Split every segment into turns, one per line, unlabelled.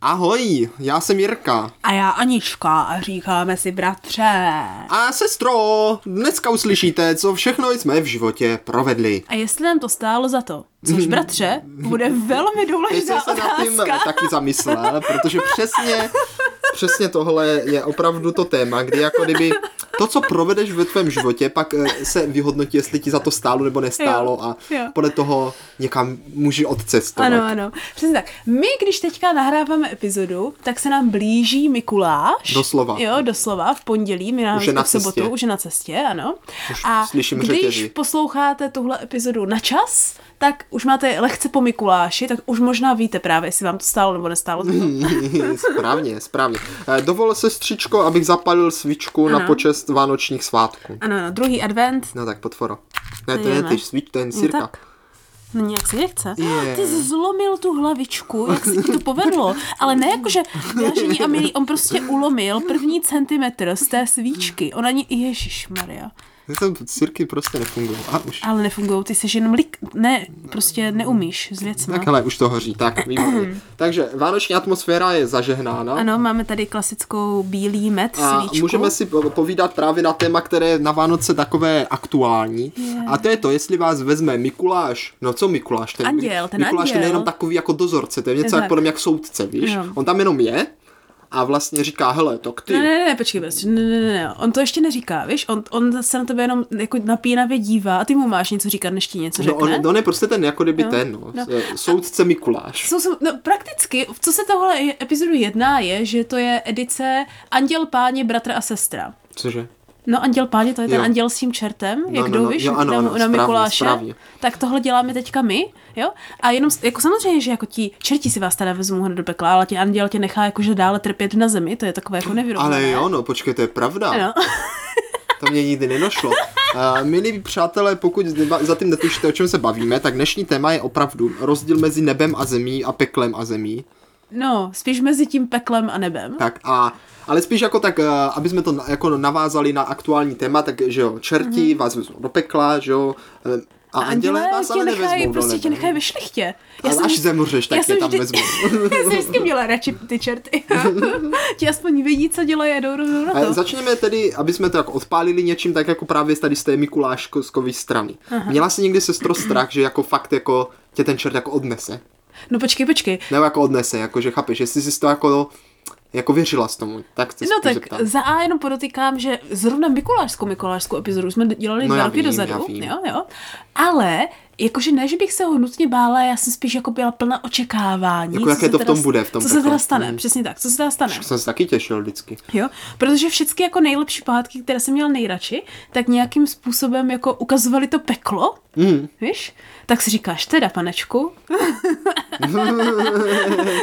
Ahoj, já jsem Jirka.
A já Anička a říkáme si bratře.
A sestro, dneska uslyšíte, co všechno jsme v životě provedli.
A jestli nám to stálo za to, což bratře, bude velmi
Mhm. Teď jsem
důležitá
se nad tím
otázka.
taky zamyslel, protože přesně, přesně tohle je opravdu to téma, kdy jako kdyby to, co provedeš ve tvém životě, pak eh, se vyhodnotí, jestli ti za to stálo nebo nestálo a
jo.
podle toho někam může odcestovat.
Ano, ano, přesně tak. My, když teďka nahráváme epizodu, tak se nám blíží Mikuláš.
Doslova.
Jo, doslova, v pondělí, my nám
Už je na
v sobotu,
cestě.
už je na cestě, ano.
Už
A
slyším
když
řetězy.
posloucháte tuhle epizodu na čas, tak už máte lehce po Mikuláši, tak už možná víte právě, jestli vám to stálo nebo nestálo. za to.
Mhm. správně, správně. Eh, Dovol sestřičko, abych zapalil svičku na
Ano.
počest vánočních svátků.
Ano, ano, druhý advent,
No tak, potvoro. Ne, to
Jo,
je
ne.
ty svič, to je jen
No
sirka.
tak. No nějak se nechce.
Je.
Ty jsi zlomil tu hlavičku, jak se ti to povedlo. Ale ne jako, že vážení a milí, on prostě ulomil první centimetr z té svíčky. Ona ani, Ježíš Maria.
Tam cirky prostě nefungují. A už.
Ale nefungují, ty jsi jenom lik... Ne, prostě neumíš s věcmi.
Tak hele, už to hoří, tak
Mhm.
výborně. Takže vánoční atmosféra je zažehnána.
Ano, máme tady klasickou bílý med
A
svíčku.
můžeme si po- povídat právě na téma, které je na Vánoce takové aktuální.
Je.
A to je to, jestli vás vezme Mikuláš, no co Mikuláš? Ten
Anděl, ten
Mikuláš ten je
anděl.
jenom takový jako dozorce, to je něco
Tak.
jak podle mě jak soudce, víš?
Jo.
On tam jenom je a vlastně říká, hele, to ty.
Ne, ne, ne, počkej, prostě, ne, ne, ne, ne, on to ještě neříká, víš, on, on se na tebe jenom jako napínavě dívá a ty mu máš něco říkat, než ti něco
No,
řekne.
on, on je prostě ten, jako kdyby
Jo.
ten, no,
No.
soudce Mikuláš.
Jsou, jsou, no, prakticky, co se tohle je- epizodu jedná, je, že to je edice Anděl páně, bratr a sestra.
Cože?
No, Anděl páně, to je ten
Jo.
anděl s tím čertem, no, jak
no,
jdou,
no,
víš,
jo, ano,
tam
ano,
na
správně,
Mikuláše.
správně.
Tak tohle děláme teďka my, jo? A jenom, s- jako samozřejmě, že jako ti čerti si vás teda vezmou hned do pekla, ale ti anděl tě nechá jakože dále trpět na zemi, to je takové jako nevyrovnané.
Ale jo, no, počkej, to je pravda.
No.
To mě nikdy nedošlo. Uh, milí přátelé, pokud zba- za tím netušíte, o čem se bavíme, tak dnešní téma je opravdu rozdíl mezi nebem a zemí a peklem a zemí.
no, spíš mezi tím peklem a nebem.
Tak a, ale spíš jako tak, uh, aby jsme to na- jako navázali na aktuální téma, tak že jo, čerti
Mhm.
mm-hmm. vás vezmou do pekla, že jo, eh, a anděle, vás ale
tě nechají,
nevezmou do
prostě tě
nebe.
nechají ve šlichtě.
Ale až
vždy-
zemřeš, tak
já
tě
jsem
tam
vždy-
vezmou.
já jsem vždycky měla radši ty čerty. ti aspoň vidí, co dělají a jdou rovnou na
A
to.
E, začněme tedy, aby jsme to jako odpálili něčím, tak jako právě tady z té Mikuláškovy strany. Aha. Měla jsi někdy sestro strach, že jako fakt jako tě ten čert jako odnese?
No počkej, počkej.
Nebo jako odnese, jako že chápeš, jestli jsi to jako, jako věřila s tomu, tak se
No
spíš
tak
zeptám.
za A jenom podotýkám, že zrovna Mikulášskou Mikulášskou epizodu jsme dělali
No,
dva
já
roky
vím,
dozadu,
já vím.
jo, jo. Ale jakože ne, že bych se ho nutně bála, já jsem spíš jako byla plná očekávání.
Jako
co
jaké
se
to v
teda-
tom bude, v tom
Co se
pekle.
teda stane,
Mhm.
přesně tak, co se teda stane.
Jsem se taky těšil vždycky.
Jo? Protože všechny jako nejlepší pohádky, které jsem měla nejradši, tak nějakým způsobem jako ukazovali to peklo, mm. víš? Tak si říkáš, teda panečku,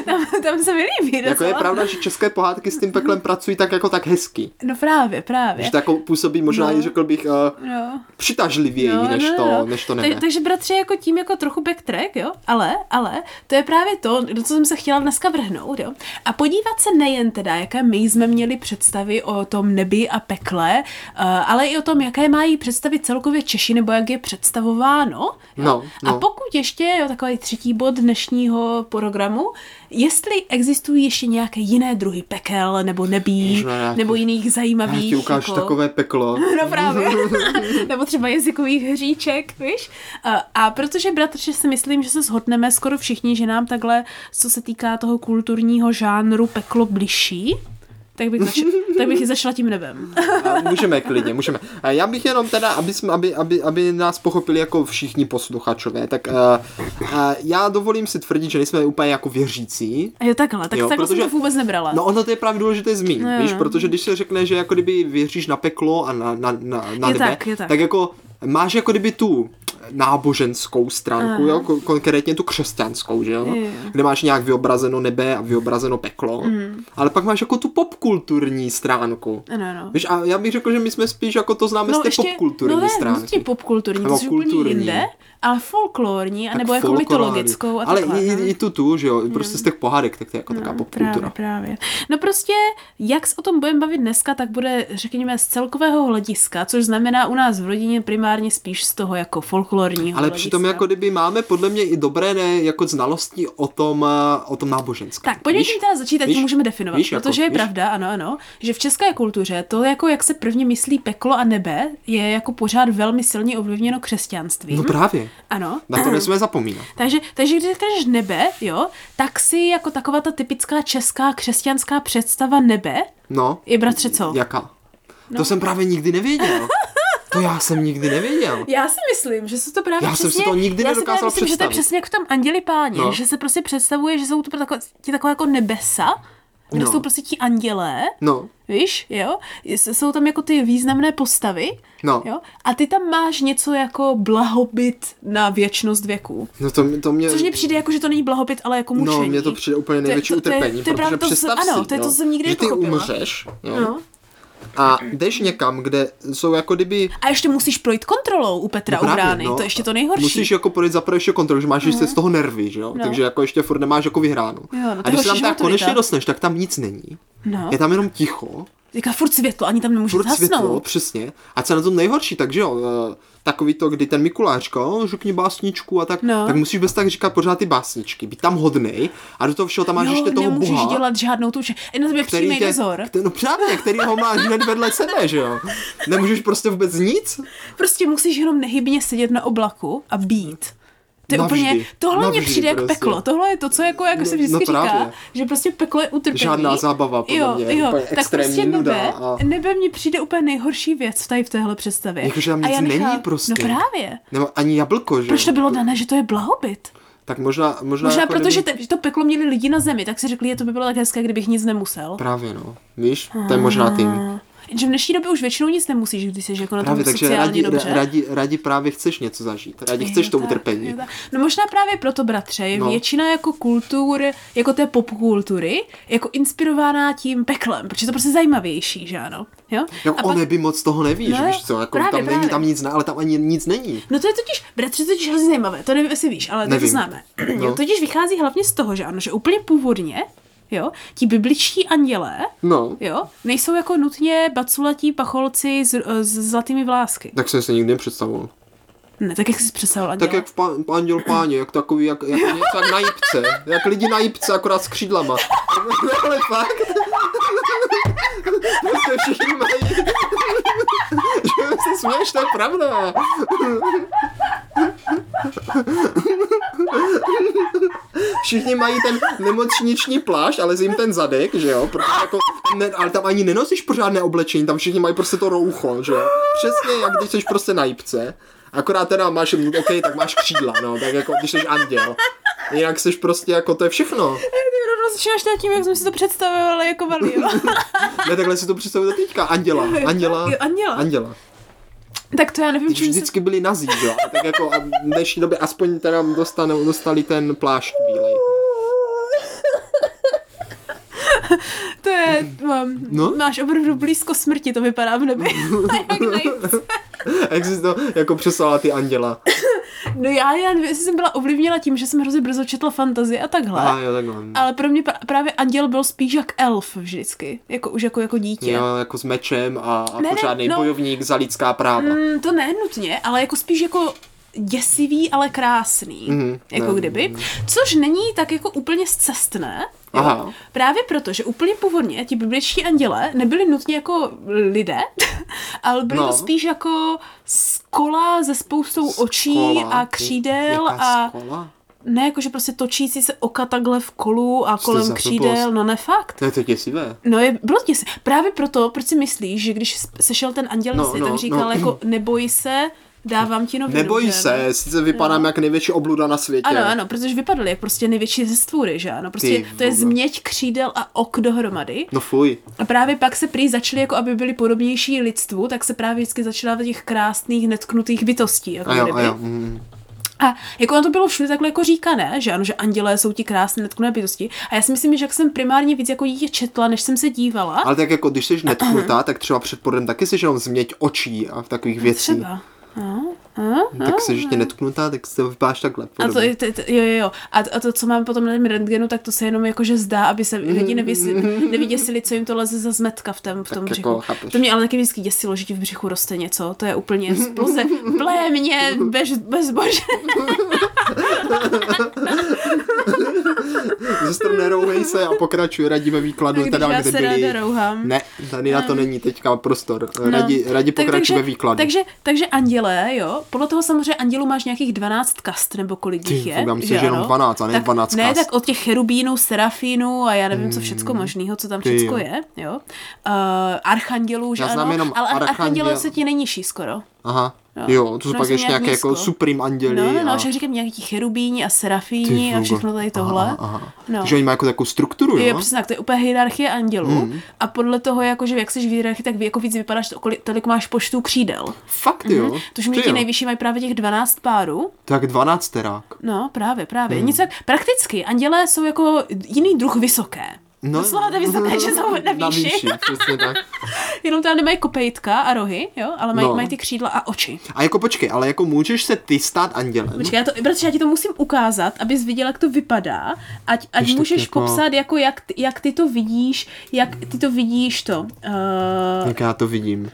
tam, tam se mi líbí
Jako je
docela.
pravda, že české pohádky s tím peklem pracují tak jako tak hezky.
No právě, právě.
Že to jako působí možná
No.
i řekl bych uh,
No.
přitažlivěji, než, to, než to nebe.
Tak, takže bratře, jako tím jako trochu backtrack, jo, ale, ale to je právě to, do co jsem se chtěla dneska vrhnout, jo. A podívat se nejen teda, jaké my jsme měli představy o tom nebi a pekle, uh, ale i o tom, jaké mají představy celkově Češi, nebo jak je představováno. Jo?
No,
A
no.
pokud ještě, jo, takový třetí bod dnešního programu, jestli existují ještě nějaké jiné druhy pekel, nebo nebí,
Ježiš, já ti-
nebo jiných
Já
zajímavých.
ti ukážu takové peklo.
No právě. Nebo třeba jazykových hříček, víš? A, a protože, bratře, si myslím, že se shodneme skoro všichni, že nám takhle, co se týká toho kulturního žánru, peklo bližší, tak bych, zač- tak bych i začala tím nebem.
A můžeme klidně, můžeme. A já bych jenom teda, aby, jsme, aby, aby, aby nás pochopili jako všichni posluchačové, tak uh, uh, já dovolím si tvrdit, že nejsme úplně jako věřící,
A jo, takhle, tak
Jo,
jo, takhle
protože-
jsem to vůbec nebrala.
No ono to je právě důležité zmínit,
No jo,
víš,
no.
protože když se řekne, že jako kdyby věříš na peklo a na, na, na, na
Je
nebe,
tak, je tak.
jako máš jako kdyby tu náboženskou stránku, jo, ko- konkrétně tu křesťanskou, že jo,
Jo, jo.
kde máš nějak vyobrazeno nebe a vyobrazeno peklo, ale pak máš jako tu popkulturní stránku.
Mhm. Ano, ano.
Víš, a já bych řekl, že my jsme spíš jako to známe z té popkulturní
no ne,
stránky.
nutně popkulturní,
Nebo
to je úplně
kulturní.
jinde, ale folklorní, anebo jako
folklorální.
mytologickou a
Ale
takhle.
i,
no.
i, i tu tu, že jo, prostě z těch pohádek, tak to je jako taková
Právě,
popkultura.
právě. No prostě, jak se o tom budeme bavit dneska, tak bude, řekněme, z celkového hlediska, což znamená u nás v rodině primárně spíš z toho jako folklorního
Ale
hlediska.
přitom jako kdyby máme podle mě i dobré ne, jako znalosti o tom, eh, o tom náboženském.
Tak, pojďme
Víš?
tím teda začít, ať
Víš?
to můžeme definovat.
Víš,
Víš,
jako,
protože je
víš?
pravda, ano, ano, že v české kultuře to, jako jak se prvně myslí peklo a nebe, je jako pořád velmi silně ovlivněno křesťanstvím.
No právě,
Ano.
na to nesmíme zapomínat.
Takže, takže když řekneš nebe, jo, tak si jako taková ta typická česká křesťanská představa nebe
No,
je bratře co?
jaká?
No.
To jsem právě nikdy nevěděl. To já jsem nikdy nevěděl.
Já si myslím, že se to právě
Já jsem si
přesně,
to nikdy
já si
nedokázala
právě myslím, že to je
představit.
přesně jako tam anděli páni,
No.
no. že se prostě představuje, že jsou to takové, ti taková jako nebesa, kde
No.
no. jsou prostě ti andělé,
No,
víš, jo, S- jsou tam jako ty významné postavy,
No.
jo, a ty tam máš něco jako blahobyt na věčnost věků.
no to, mi- to mě...
Což mně přijde jako, že to není blahobyt, ale jako mučení.
No, mně to přijde úplně
To je-
největší
to- to je-
utrpení,
to je
protože
právě to, co-
představ
ano,
si,
to je to,
jo,
co jsem nikdy
že ty
nepochopila.
umřeš jo,
No.
a jdeš někam, kde jsou jako kdyby...
A ještě musíš projít kontrolou u Petra
No Jako právě,
Ubrány, to je ještě to nejhorší. Mhm.
Musíš jako projít za prvé ještě kontrolu, že máš ještě z toho nervy, že jo?
No.
Takže jako ještě furt nemáš jako vyhráno.
no to
a
je
když se tam
horší, že
tak
maturita.
konečně dostaneš, tak tam nic není.
No.
Je tam jenom ticho,
Říká furt světlo, ani tam nemůžeš
furt
zasnout.
světlo, přesně. A co je na tom nejhorší, takže jo, eh, takový to, kdy ten Mikuláško, řekni básničku a tak,
No.
tak musíš bez tak říkat pořád ty básničky, být tam hodnej a do toho všeho tam máš
jo,
ještě toho
nemůžeš
boha,
dělat žádnou tu če- Je na tebe přímý dozor.
který, no právě, který ho máš hned vedle sebe, že jo. Nemůžeš prostě vůbec nic,
Prostě musíš jenom nehybně sedět na oblaku a být. To je
Navždy.
úplně, tohle mě
Navždy
přijde jak
prostě.
peklo. Tohle je to, co jako, jako
No-
se vždycky
no právě.
říká, že prostě peklo je utrpení.
Žádná zábava, podle
jo,
mě,
jo,
úplně
tak prostě
extrémní nuda
nebe,
a-
nebe mě přijde úplně nejhorší věc tady v téhle představě.
Jakože tam
A já
nic není
nechápu-
prostě.
No právě.
nemá ani jablko, že
Proč
jo.
to bylo dané, že to je blahobyt?
Tak možná, možná,
Možná
jako
proto, že
kdyby-
te- že to peklo měli lidi na zemi, tak si řekli, že to by bylo tak hezké, kdybych nic nemusel.
Právě no, víš, to je možná
Ah,
tím.
Jenže v dnešní době už většinou nic nemusíš, když jsi jako na tom
Právě, takže
sociálně
rádi,
dobře.
rádi, rádi právě chceš něco zažít, rádi chceš
Jo,
to
tak,
utrpení.
jo, tak. No možná právě proto, bratře, je
No.
no. většina jako kultur, jako té popkultury, jako inspirovaná tím peklem, protože je to prostě zajímavější, že ano? Jo?
Jako o nebi moc toho nevíš,
No,
víš co, jako
právě,
tam není
právě.
tam nic, ne, ale tam ani nic není.
No to je totiž, bratře, to je totiž hrozně zajímavé, to nevím, jestli víš, ale to
Nevím.
to známe.
No.
No. Totiž vychází hlavně z toho, že ano, že úplně původně, jo, ti bibličtí andělé,
No,
jo, nejsou jako nutně baculatí pacholci s, s zlatými vlásky.
tak jsem se nikdy nepředstavoval.
Ne, tak jak jsi představil anděla?
Tak jak v pán, anděl páně, jak takový, jak, jak něco jak na jipce. Jak lidi na jipce, akorát s křídlama. Ale fakt. Prostě všichni mají. Že se směješ, to je pravda. Všichni mají ten nemocniční plášť, ale jim ten zadek, že jo? Protože jako, ne, ale tam ani nenosíš pořádné oblečení, tam všichni mají prostě to roucho, že jo? Přesně jak když jsi prostě na jípce. Akorát teda máš, ok, tak máš křídla, no, tak jako když jsi anděl. Jinak jsi prostě jako, to je všechno.
Eh, Ty rovnou začínáš nad tím, jak jsem si to představovala jako valila.
Ne, takhle si to představuju teďka. Anděla, anděla,
Jo, anděla.
anděla.
tak to já nevím,
Když
čím se...
vždycky byli nazí, že jo? A Tak jako a v dnešní době aspoň teda dostanou, dostali ten plášť bílej.
To je, mám,
No.
no? máš opravdu blízko smrti, to vypadá v nebi. Jak nejvíc.
A jak jsi to jako přeslala ty anděla.
no já, já nevím, jestli jsem byla ovlivněna tím, že jsem hrozně brzo četla fantazie a takhle.
Aha, jo, no. takhle.
Ale pro mě pra- právě anděl byl spíš jak elf vždycky, jako už jako, jako dítě.
Jo, jako s mečem a, a
Ne, ne,
pořádný
no.
bojovník za lidská práva.
Mm, to ne nutně, ale jako spíš jako děsivý, ale krásný,
Mhm,
mm, jako
ne,
kdyby. Což není tak jako úplně zcestné,
Aha.
jo? právě proto, že úplně původně ti bibličtí anděle nebyli nutně jako lidé, ale byli
No.
to spíš jako skola se spoustou očí
Skola,
a
ty-
křídel
jaká
a
Skola?
ne jako, že prostě točící se oka takhle v kolu a
to
kolem
za
křídel,
blbost?
no ne fakt.
To je to děsivé.
No je, bylo tě se. Právě proto, proč si myslíš, že když sešel ten anděl
No,
no, svět,
no,
tak říkal
no.
no. jako neboj se, dávám ti novinu.
Neboj
že
se, sice vypadám jak největší obluda na světě.
no. Ano, ano, protože vypadal jak prostě největší ze stvůry, že ano. Prostě
Ty
to je
vole.
změť křídel a ok dohromady.
No fuj.
A právě pak se prý začaly, jako aby byli podobnější lidstvu, tak se právě vždycky začala v těch krásných, netknutých bytostí. Jako
A jo,
kdyby.
a jo. Mm.
A jako ono to bylo všude takhle jako říkané, že ano, že andělé jsou ti krásné netknuté bytosti. A já si myslím, že jak jsem primárně víc jako dítě četla, než jsem se dívala.
Ale tak jako když jsi netknutá, tak třeba před podem taky jsi jenom změť očí a v takových věcí.
Třeba. No. Aha.
Tak jsi ještě netknutá, tak se vypáš takhle.
A to, je- to, je- to, jo, jo, jo. A, a to, co mám potom na tom rentgenu, tak to se jenom jakože zdá, aby se lidi nevysi- nevyděsili, co jim to leze za zmetka v tom, v tom
Mm. Tak
břichu.
jako chápeš.
to mě ale taky vždycky děsilo, že ti v břichu roste něco. To je úplně z ploze, plémě, bez, bez bože.
Ze strany nerouhej se a pokračuj, radíme výkladu,
Když
teda
já
kde
se
byli.
ráda rouhám. No.
Ne, tady na to není teďka prostor. Radi, radi
Tak-
pokračuj ve výkladu.
Takže, takže andělé, jo, podle toho samozřejmě andělů máš nějakých 12 kast, nebo kolik jich
Ty,
je.
fakt, já myslím, že jenom
ano?
12, a ne
tak,
12
Ne,
kast. Hmm.
tak od těch cherubínů, serafínů a já nevím, co všecko možného, co tam
Ty
všecko
jo.
je, jo. Uh, archandělů, že
Já
ano,
znám jenom
ale
archanděl-
archandělé se ti nejnižší skoro.
Aha,
No.
jo, to jsou
No,
pak
jsou
ještě
nějak
nějaké jako
nízko.
supreme anděli.
No, no, no,
a...
že říkám nějaký cherubíni a
Ty
serafíni a
vogo.
všechno tady tohle.
Aha, aha, aha.
No.
Takže oni mají jako takovou strukturu,
Jo,
jo?
přesně tak, to je úplně hierarchie andělů.
Hmm.
A podle toho, jakože jak jsi v hierarchii, tak jako víc vypadáš, to- kolik- tolik máš počtu křídel.
Fakt, jo?
Tuž Mhm. mě
Ty
ti
jo.
nejvyšší mají právě těch 12 párů.
Tak 12 terák.
No, právě, právě.
Hmm.
Nic tak, prakticky, andělé jsou jako jiný druh vysoké. No, Doslova tak vysoké, že jsou na výši.
no, Na výši, přesně tak.
Jenom tam nemají kopejtka a rohy, jo, ale mají,
No.
no. mají ty křídla a oči.
A jako počkej, ale jako můžeš se ty stát andělem?
Počkej, já to, bratře, já ti to musím ukázat, abys viděl, jak to vypadá, ať, ať
Když tak
můžeš
jako-
jako... popsat, jako jak, ty- jak ty to vidíš, jak ty to vidíš to uh,
Jak já to vidím.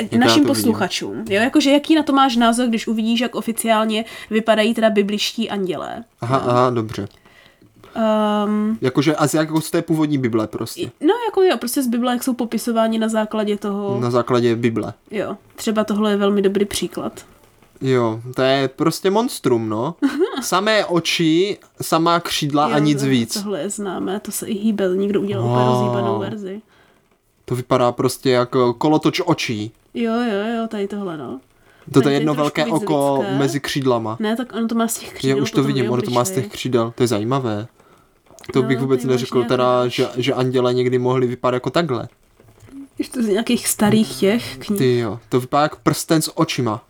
já to
našim
vidím.
posluchačům. Jo, jakože jaký na to máš názor, když uvidíš, jak oficiálně vypadají teda bibliští andělé.
Aha, aha, dobře.
Um,
Jakože asi jako z té původní Bible prostě.
no, jako jo, prostě z Bible, jak jsou popisováni na základě toho.
Na základě Bible.
Jo, třeba tohle je velmi dobrý příklad.
Jo, to je prostě monstrum, no. Samé oči, samá křídla a
jo,
nic
to-
víc. No.
Tohle je známé, to se i hýbe, někdo udělal úplně
Wow.
rozhýbanou verzi.
To vypadá prostě jako kolotoč očí.
Jo, jo, jo, tady tohle, no.
To
Tady
je
je
jedno
trošku
velké
víc
oko
lidské.
mezi křídlama.
Ne, tak ono to má z těch křídel.
Já už to
potom
vidím, ono to má z
obličej.
těch křídel. To je zajímavé. To
No,
bych vůbec
tady máš
neřekl
nějaký
teda,
náš.
že, že anděle někdy mohli vypadat jako takhle.
Když to z nějakých starých těch knih.
Ty jo, to vypadá jak prsten s očima.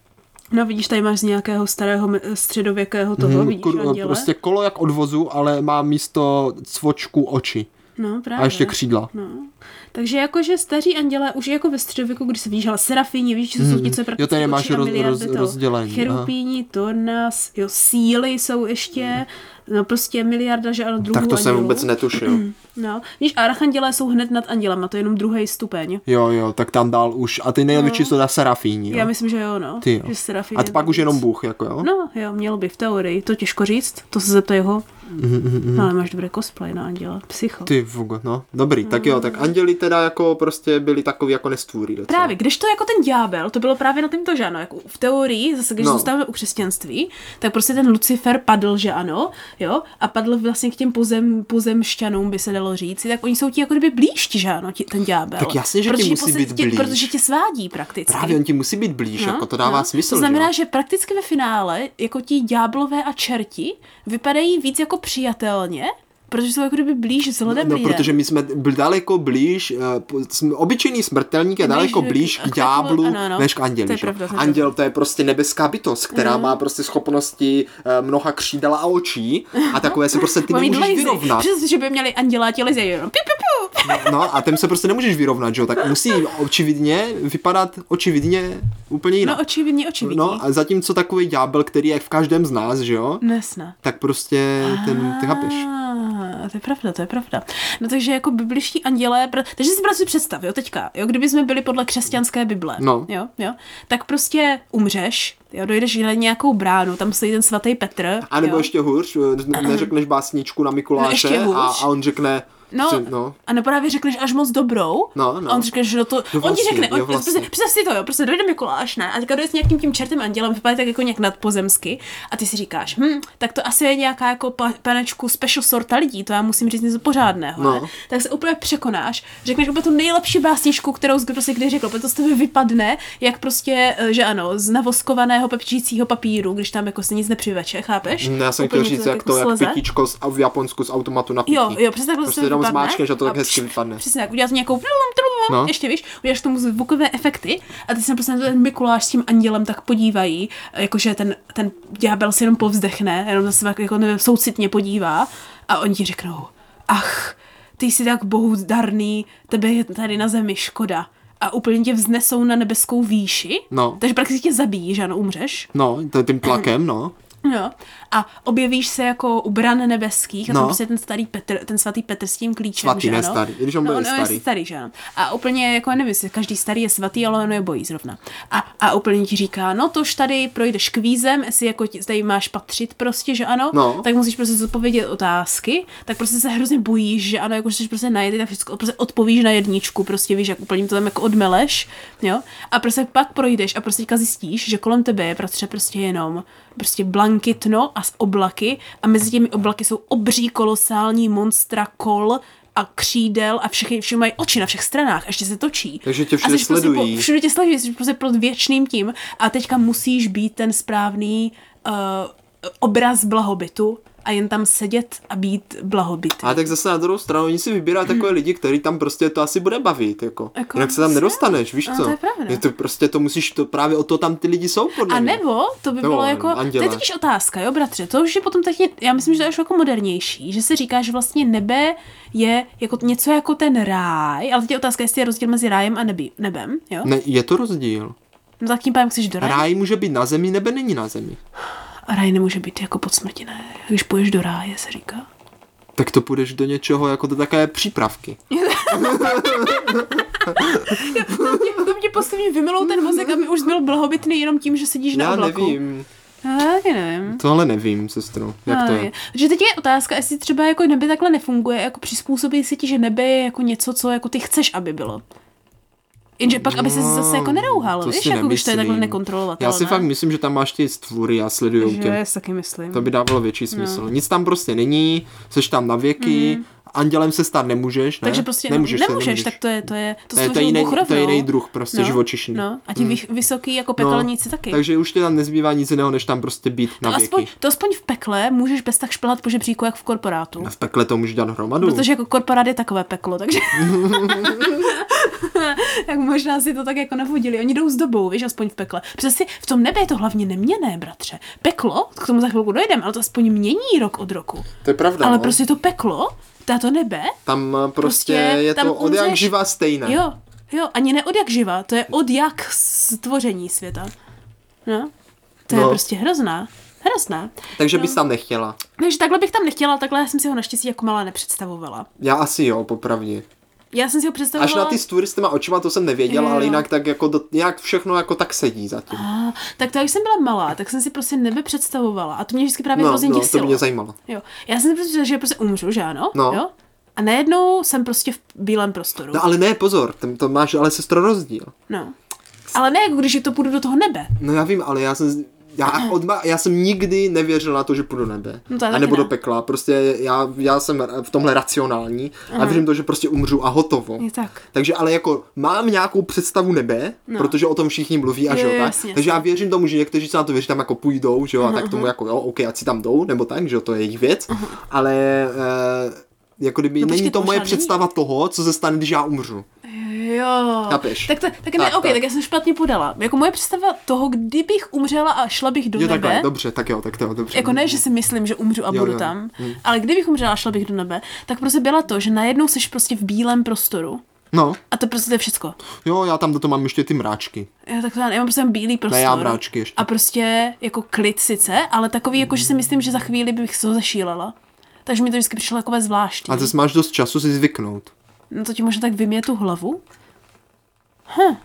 No vidíš, tady máš z nějakého starého me- středověkého toho,
Hm,
vidíš
kur-
anděle?
prostě kolo jak od vozu, ale má místo cvočku oči.
No, právě.
A ještě křídla.
No. Takže jakože staří andělé už jako ve středověku, když se vidíš, ale serafíni, víš, že jsou
Mhm.
něco
Jo, tady
prakticky
máš
určitě
roz-
miliardy
roz-
to.
rozdělení,
Cherubíni, tornas, jo, síly jsou ještě, no prostě miliarda, že ano, druhů
Tak to jsem
andělů.
vůbec netušil.
No, víš, archandělé jsou hned nad andělama, to je jenom druhý stupeň.
Jo, jo, tak tam dál už. A ty nejlepší jsou na Serafíni,
No. Já
jo.
myslím, že jo, no.
Ty jo.
Že serafín
A
je
pak už
nejvíc.
jenom Bůh, jako jo.
No, jo, mělo by v teorii, to těžko říct, to se zeptej ho.
Mhm,
No, ale máš dobré cosplay na anděla, psycho.
Ty vugo, no. Dobrý, tak jo, tak anděli teda jako prostě byli takový jako nestvůry. docela.
Právě, když to jako ten ďábel, to bylo právě na tomto, že ano, jako v teorii, zase když
No.
no. zůstáváme u křesťanství, tak prostě ten Lucifer padl, že ano, jo, a padl vlastně k těm pozem, pozemšťanům, by se dalo říct, tak oni jsou ti jako kdyby blíž, že ano, ti, ten ďábel.
Tak jasně, že ti
Protože
musí
posl-
být
tě,
blíž.
Protože tě svádí prakticky. No,
Právě on ti musí být blíž, jako to dává smysl.
To
že
znamená,
jo?
že, prakticky ve finále, jako ti ďáblové a čerti, vypadají víc jako přijatelně, protože jsou jako kdyby blíž vzhledem
No,
lidem.
protože my jsme byli daleko blíž, eh, po- sm- obyčejný smrtelník je
Blíž
daleko
k-
blíž
k
k
takovému-
ďáblu
ano, ano.
než k anděli.
To je
že?
pravda, Mhm. to je
Anděl to je prostě nebeská bytost, která má prostě schopnosti eh, mnoha křídel a očí a takové se prostě ty
Budou mít
nemůžeš
lazy.
vyrovnat.
Přes, že by měli anděláti lazy, jenom pi, pi, pi.
No a tím se prostě nemůžeš vyrovnat, že jo? Tak musí očividně vypadat očividně úplně
No
jinak.
očividně, očividně.
no a zatímco takový ďábel, který je v každém z nás, že jo?
Nesna.
Tak prostě ten, ty chápeš.
Ah, to je pravda, to je pravda. No takže jako bibliští andělé, pr- takže si prostě představ, jo, teďka, jo, kdyby jsme byli podle křesťanské Bible,
No.
jo, jo, tak prostě umřeš, jo, dojdeš na nějakou bránu, tam stojí ten svatý Petr,
A nebo
jo.
ještě hůř, eh, neřekneš básničku na Mikuláše
No, ještě
a,
hůř.
a on řekne,
No,
že- no,
a nebo právě řekneš až moc dobrou.
No, no.
A on řekne, že no to.
No
No on ti
vlastně,
řekne, on,
jo, vlastně.
prostě- představ si to, jo, prostě dojde Mikuláš, ne? A teďka dojde s nějakým tím čertem andělem, vypadá tak jako nějak nadpozemsky. A ty si říkáš, hm, tak to asi je nějaká jako pa- panečku special sorta lidí, to já musím říct něco pořádného.
No.
Ne? Tak se úplně překonáš, řekneš úplně tu nejlepší básničku, kterou jsi kdo si kdy řekl, protože to z tebe vypadne, jak prostě, eh, že ano, z navoskovaného pepčícího papíru, když tam jako se nic nepřiveče, chápeš?
No, já jsem
Úplně
chtěl
ti
říct,
tak
jak to, jak
sleze.
pitíčko z, v Japonsku z automatu na pití.
Jo, jo, přesně takhle
Prostě
se
jenom
vypadne
zmáčkneš a to tak
a
hezky vypadne.
Přesně tak, uděláš nějakou trulum, trulum,
No.
no. ještě víš, uděláš tomu zvukové efekty a ty se prostě na ten Mikuláš s tím andělem tak podívají, jakože ten, ten ďábel si jenom povzdechne, jenom na sebe jako nevím, soucitně podívá a oni ti řeknou, ach, ty jsi tak bohu darný, tebe je tady na zemi škoda. a úplně tě vznesou na nebeskou výši.
No.
Takže prakticky tě zabijí, že ano, umřeš.
No, to je tím tlakem, no.
No. A objevíš se jako u bran nebeských, a
No.
no. prostě ten starý Petr, ten svatý Petr s tím klíčem,
Svatý,
že
ne
ano?
starý, i když on byl
no,
i starý.
je starý, že ano. A úplně, jako nevím, jestli každý starý je svatý, ale ono je bojí zrovna. A, a úplně ti říká, no tož tady projdeš kvízem, jestli jako ti, tady máš patřit prostě, že ano,
No.
tak musíš prostě zodpovědět otázky, tak prostě se hrozně bojíš, že ano, jako že jsi prostě najedy, tak všechno prostě odpovíš na jedničku, prostě víš, jak úplně to tam jako odmeleš, jo. A prostě pak projdeš a prostě teďka zjistíš, že kolem tebe je prostě prostě jenom prostě blankitno a z oblaky a mezi těmi oblaky jsou obří kolosální monstra kol a křídel a všechny, všechny mají oči na všech stranách, ještě se točí.
Takže tě
A
všude
jsi prostě
sledují.
Po, všude tě sledují, jsi prostě pod věčným tím a teďka musíš být ten správný uh, obraz blahobytu a jen tam sedět a být blahobytný.
A tak zase na druhou stranu, oni si vybírají takové lidi, který tam prostě to asi bude bavit, jako.
Jako
Jinak se tam
asi
nedostaneš, víš
ano,
co?
No, to je pravda.
Je to prostě, to musíš, to právě o to tam ty lidi jsou, podle
A
mě.
nebo to by
Nebo
bylo jako.
anděle.
To je totiž otázka, jo, bratře. To už je potom teď, já myslím, že to je už jako modernější, že se říká, že vlastně nebe je jako něco jako ten ráj, ale teď je otázka, jestli je rozdíl mezi rájem a nebí, nebem, jo?
Ne, je to rozdíl.
No tak tím pádem chceš do ráje.
Ráj může být na zemi, nebe není na zemi.
A ráj nemůže být jako pod smrti, ne? Když půjdeš do ráje, se říká.
Tak to půjdeš do něčeho, jako do takové přípravky.
To mě, to mě postupně vymilou ten mozek, aby už byl blahobytný jenom tím, že sedíš na
Já
oblaku.
nevím,
Já taky nevím.
tohle nevím, sestro, jak to je.
Že teď je otázka, jestli třeba jako nebe takhle nefunguje, jako přizpůsobí se ti, že nebe je jako něco, co jako ty chceš, aby bylo. Jenže pak, aby se zase jako nerouhal,
No, To
víš,
si
jako když to je takhle
nemyslím. Já
nekontrolovatelné.
si fakt myslím, že tam máš ty stvory a sledují
že No.
tě.
já si taky myslím.
To by dávalo větší smysl. Nic tam prostě není, seš tam na věky, andělem se stát nemůžeš, ne?
Mhm. Takže prostě
nemůžeš,
nemůžeš,
se,
nemůžeš, tak to je, to je, to,
Ne, to je
stvořil
jiný-
Bůh rovnou.
to je jiný druh prostě živočišný. Hmm. No,
No, a ti vy, vysoký jako pekelníci taky.
Takže už ti tam nezbývá nic jiného, než tam prostě být na
to,
věky.
aspoň, to aspoň v pekle můžeš bez tak šplhat po žebříku, jak v korporátu.
A v pekle to můžeš dělat hromadu.
Protože jako korporát je takové peklo, takže... tak možná si to tak jako navodili. Oni jdou s dobou, víš, aspoň v pekle. Přesně v tom nebe je to hlavně neměné, bratře. Peklo, k tomu za chvilku dojdeme, ale to aspoň mění rok od roku.
To je pravda,
ale
no.
prostě to peklo, tato nebe,
Tam eh, prostě,
prostě
je
tam
to od jak
umřeš.
živá stejné.
jo, jo, ani ne od jak živa, to je od jak stvoření světa. No, to je
No.
prostě hrozná. Hrozná.
Takže
No.
bys tam nechtěla.
Takže takhle bych tam nechtěla, takhle jsem si ho naštěstí jako malá nepředstavovala.
Já asi jo, popravdě.
Já jsem si ho
Až
představovala...
na ty stůry s těma očima, to jsem nevěděl,
No. Jo.
ale jinak tak jako, do, nějak všechno jako tak sedí zatím.
Ah, tak to, jak jsem byla malá, tak jsem si prostě nebe představovala. A to mě vždycky právě
No,
hrozně
no, to
děsilo.
mě zajímalo.
Jo. Já jsem si prostě říkala, že prostě umřu, že ano?
No.
Jo? A najednou jsem prostě v bílém prostoru.
No ale ne, pozor, tam to máš ale sestro rozdíl.
no. Ale ne jako když to půjdu do toho nebe.
No já vím, ale já jsem... Já, odma, já jsem nikdy nevěřil na to, že půjdu do nebe.
No to já
a
taky
nebo do
ne.
pekla. Prostě já, já jsem v tomhle racionální a věřím to, že prostě umřu a hotovo.
Je tak.
Takže ale jako mám nějakou představu nebe, no. protože o tom všichni mluví a
Jo,
že jo,
jo,
tak.
jasně,
Takže já věřím tomu, že někteří se na to věří, tam jako půjdou, že jo, a tak tomu jako jo, OK, ať si tam jdou, nebo tak, že jo, to je jejich věc. Ale e, jako kdyby
No
no,
počkej,
není to moje
to možná není.
představa toho, co se stane, když já umřu.
Jo.
Chápeš?
Tak, to, tak, ne,
Tak,
tak, ok,
tak.
tak. já jsem špatně podala. Jako moje představa toho, kdybych umřela a šla bych do
Jo,
nebe.
takhle, dobře, tak jo, tak to jo, dobře.
Jako ne, že si myslím, že umřu a
Jo,
budu
jo. Hmm.
tam, ale kdybych umřela a šla bych do nebe, tak prostě byla to, že najednou jsi prostě v bílém prostoru.
No,
A to prostě to je všecko.
jo, já tam do toho mám ještě ty mráčky.
Já tak to já nemám prostě jen bílý prostor.
Ne, já mráčky ještě.
A prostě jako klid sice, ale takový, jako že si myslím, že za chvíli bych se ho zašílela. Takže mi to vždycky přišlo takové zvláštní.
A ty máš dost času si zvyknout.
No to ti možná tak vymě tu hlavu? Hm,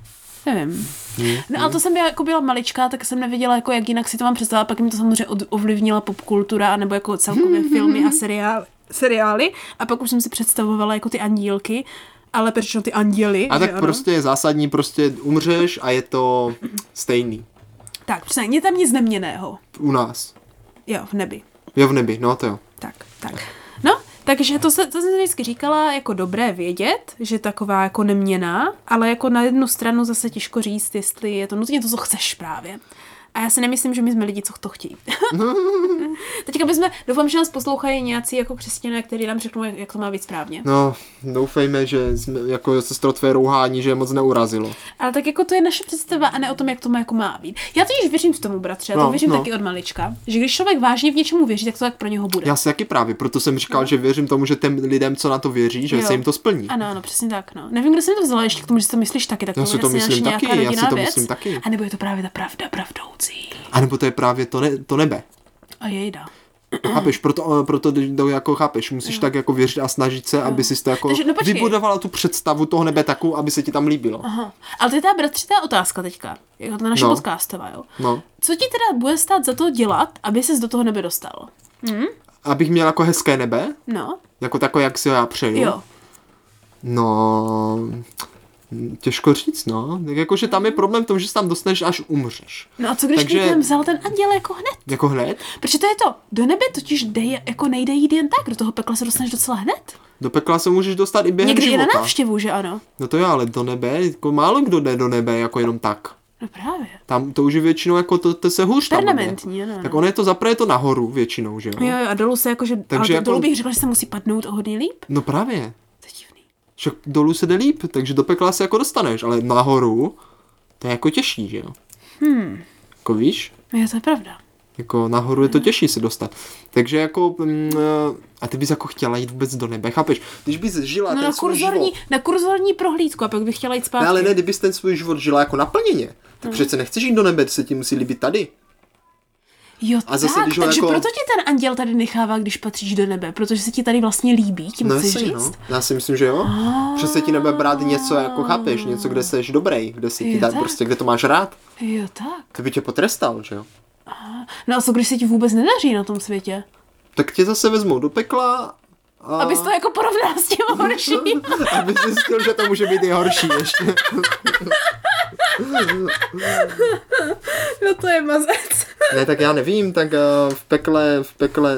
nevím.
Hmm,
No ale to jsem já jako byla maličká, tak jsem nevěděla, jako jak jinak si to mám představovat. Pak mi to samozřejmě od, ovlivnila popkultura, nebo jako celkově filmy a seriály, seriály. A pak už jsem si představovala jako ty andílky, ale proč no ty anděly?
A
že
tak
ano?
prostě je zásadní, prostě umřeš a je to stejný.
Tak, přesně, je tam nic neměného.
U nás.
Jo, v nebi.
Jo, v nebi, no to jo.
Tak, tak. No, takže to, se, to jsem si vždycky říkala jako dobré vědět, že taková jako neměná, ale jako na jednu stranu zase těžko říct, jestli je to nutně to, co chceš právě. A já si nemyslím, že my jsme lidi, co to chtějí. Teďka bychom, doufám, že nás poslouchají nějací jako křesťané, kteří nám řeknou, jak, jak to má být správně.
No, doufejme, že jsme, jako sestro tvé rouhání, že je moc neurazilo.
Ale tak jako to je naše představa a ne o tom, jak to má, jako má být. Já totiž věřím v tomu, bratře, já to
No,
věřím
no.
taky od malička, že když člověk vážně v něčemu věří, tak to tak pro něho bude.
Já si taky právě, proto jsem říkal, že věřím tomu, že těm lidem, co na to věří, že
Jo.
se jim to splní.
Ano, ano, přesně tak. No. Nevím, kde jsem to vzala ještě k tomu, že si to myslíš taky, tak
Já
to
si
bude
to
asi naše
myslím
nějaká
taky, já si
rodinná
to
věc.
myslím taky.
A nebo je to právě ta pravda pravdoucí.
A nebo to je právě to, ne, to nebe.
A jejda.
Chápeš, proto, proto to jako chápeš, musíš tak jako věřit a snažit se, aby si to jako
Takže, no počkej.
vybudovala tu představu toho nebe takovou, aby se ti tam líbilo.
Aha. Ale to je ta bratřitá otázka teďka, jako ta naše
No.
no. podcastová, jo.
No.
Co ti teda bude stát za to dělat, aby ses do toho nebe dostal?
Abych měl jako hezké nebe,
No,
jako takové, jak si ho já přeju.
jo.
No, těžko říct, no. Tak jakože tam je problém v tom, že se tam dostaneš až umřeš.
Mm. No a co když
Takže-
Takže... vzal ten anděl jako hned?
Jako hned?
Protože to je to, do nebe totiž jde, jako nejde jít jen tak, do toho pekla se dostaneš docela hned.
Do pekla se můžeš dostat i během
Někdy i na
života.
návštěvu, že ano?
No to jo, ale do nebe, jako málo kdo jde do nebe jako jenom tak.
No právě.
Tam to už je většinou jako to, to se hůř tam jde.
Permanentní, ano, ano.
Tak ono je to zaprvé je to nahoru většinou, že jo?
Jo, jo, a dolů se jakože, ale to,
no. jako-
jako... dolů bych řekla, že se musí padnout o hodně líp.
No právě.
To je divný.
Však dolů se jde líp, takže do pekla se jako dostaneš, ale nahoru to je jako těžší, že jo? Hmm. Jako víš?
No jo, to je pravda.
Jako nahoru
Hmm.
je to těžší se dostat. Takže jako... mm, A ty bys jako chtěla jít vůbec do nebe, chápeš? Když bys žila
No
ten
na
svůj
kurzorní,
život...
na kurzorní prohlídku a pak bych chtěla jít zpátky.
Ne, ale ne, kdybys ten svůj život žila jako naplněně, tak
Hmm.
přece nechceš jít do nebe, ty se ti musí líbit tady.
Jo,
A zase,
tak,
když ho
takže
jako-
proto ti ten anděl tady nechává, když patříš do nebe, protože se ti tady vlastně líbí, tím
No
chceš
jasně,
říct.
no. Já si myslím, že jo. Přece ti nebe brát něco, jako chápeš, něco, kde jsi dobrý, kde si ti
Jo,
dá,
tak.
prostě, kde to máš rád.
Jo, tak.
To by tě potrestal, že jo.
No a co když se ti vůbec nedaří na tom světě?
Tak tě zase vezmou do pekla a...
Abys to jako porovnal s tím horším.
Aby zjistil, že to může být i horší ještě.
No to je mazec.
Ne, tak já nevím, tak eh, v pekle, v pekle,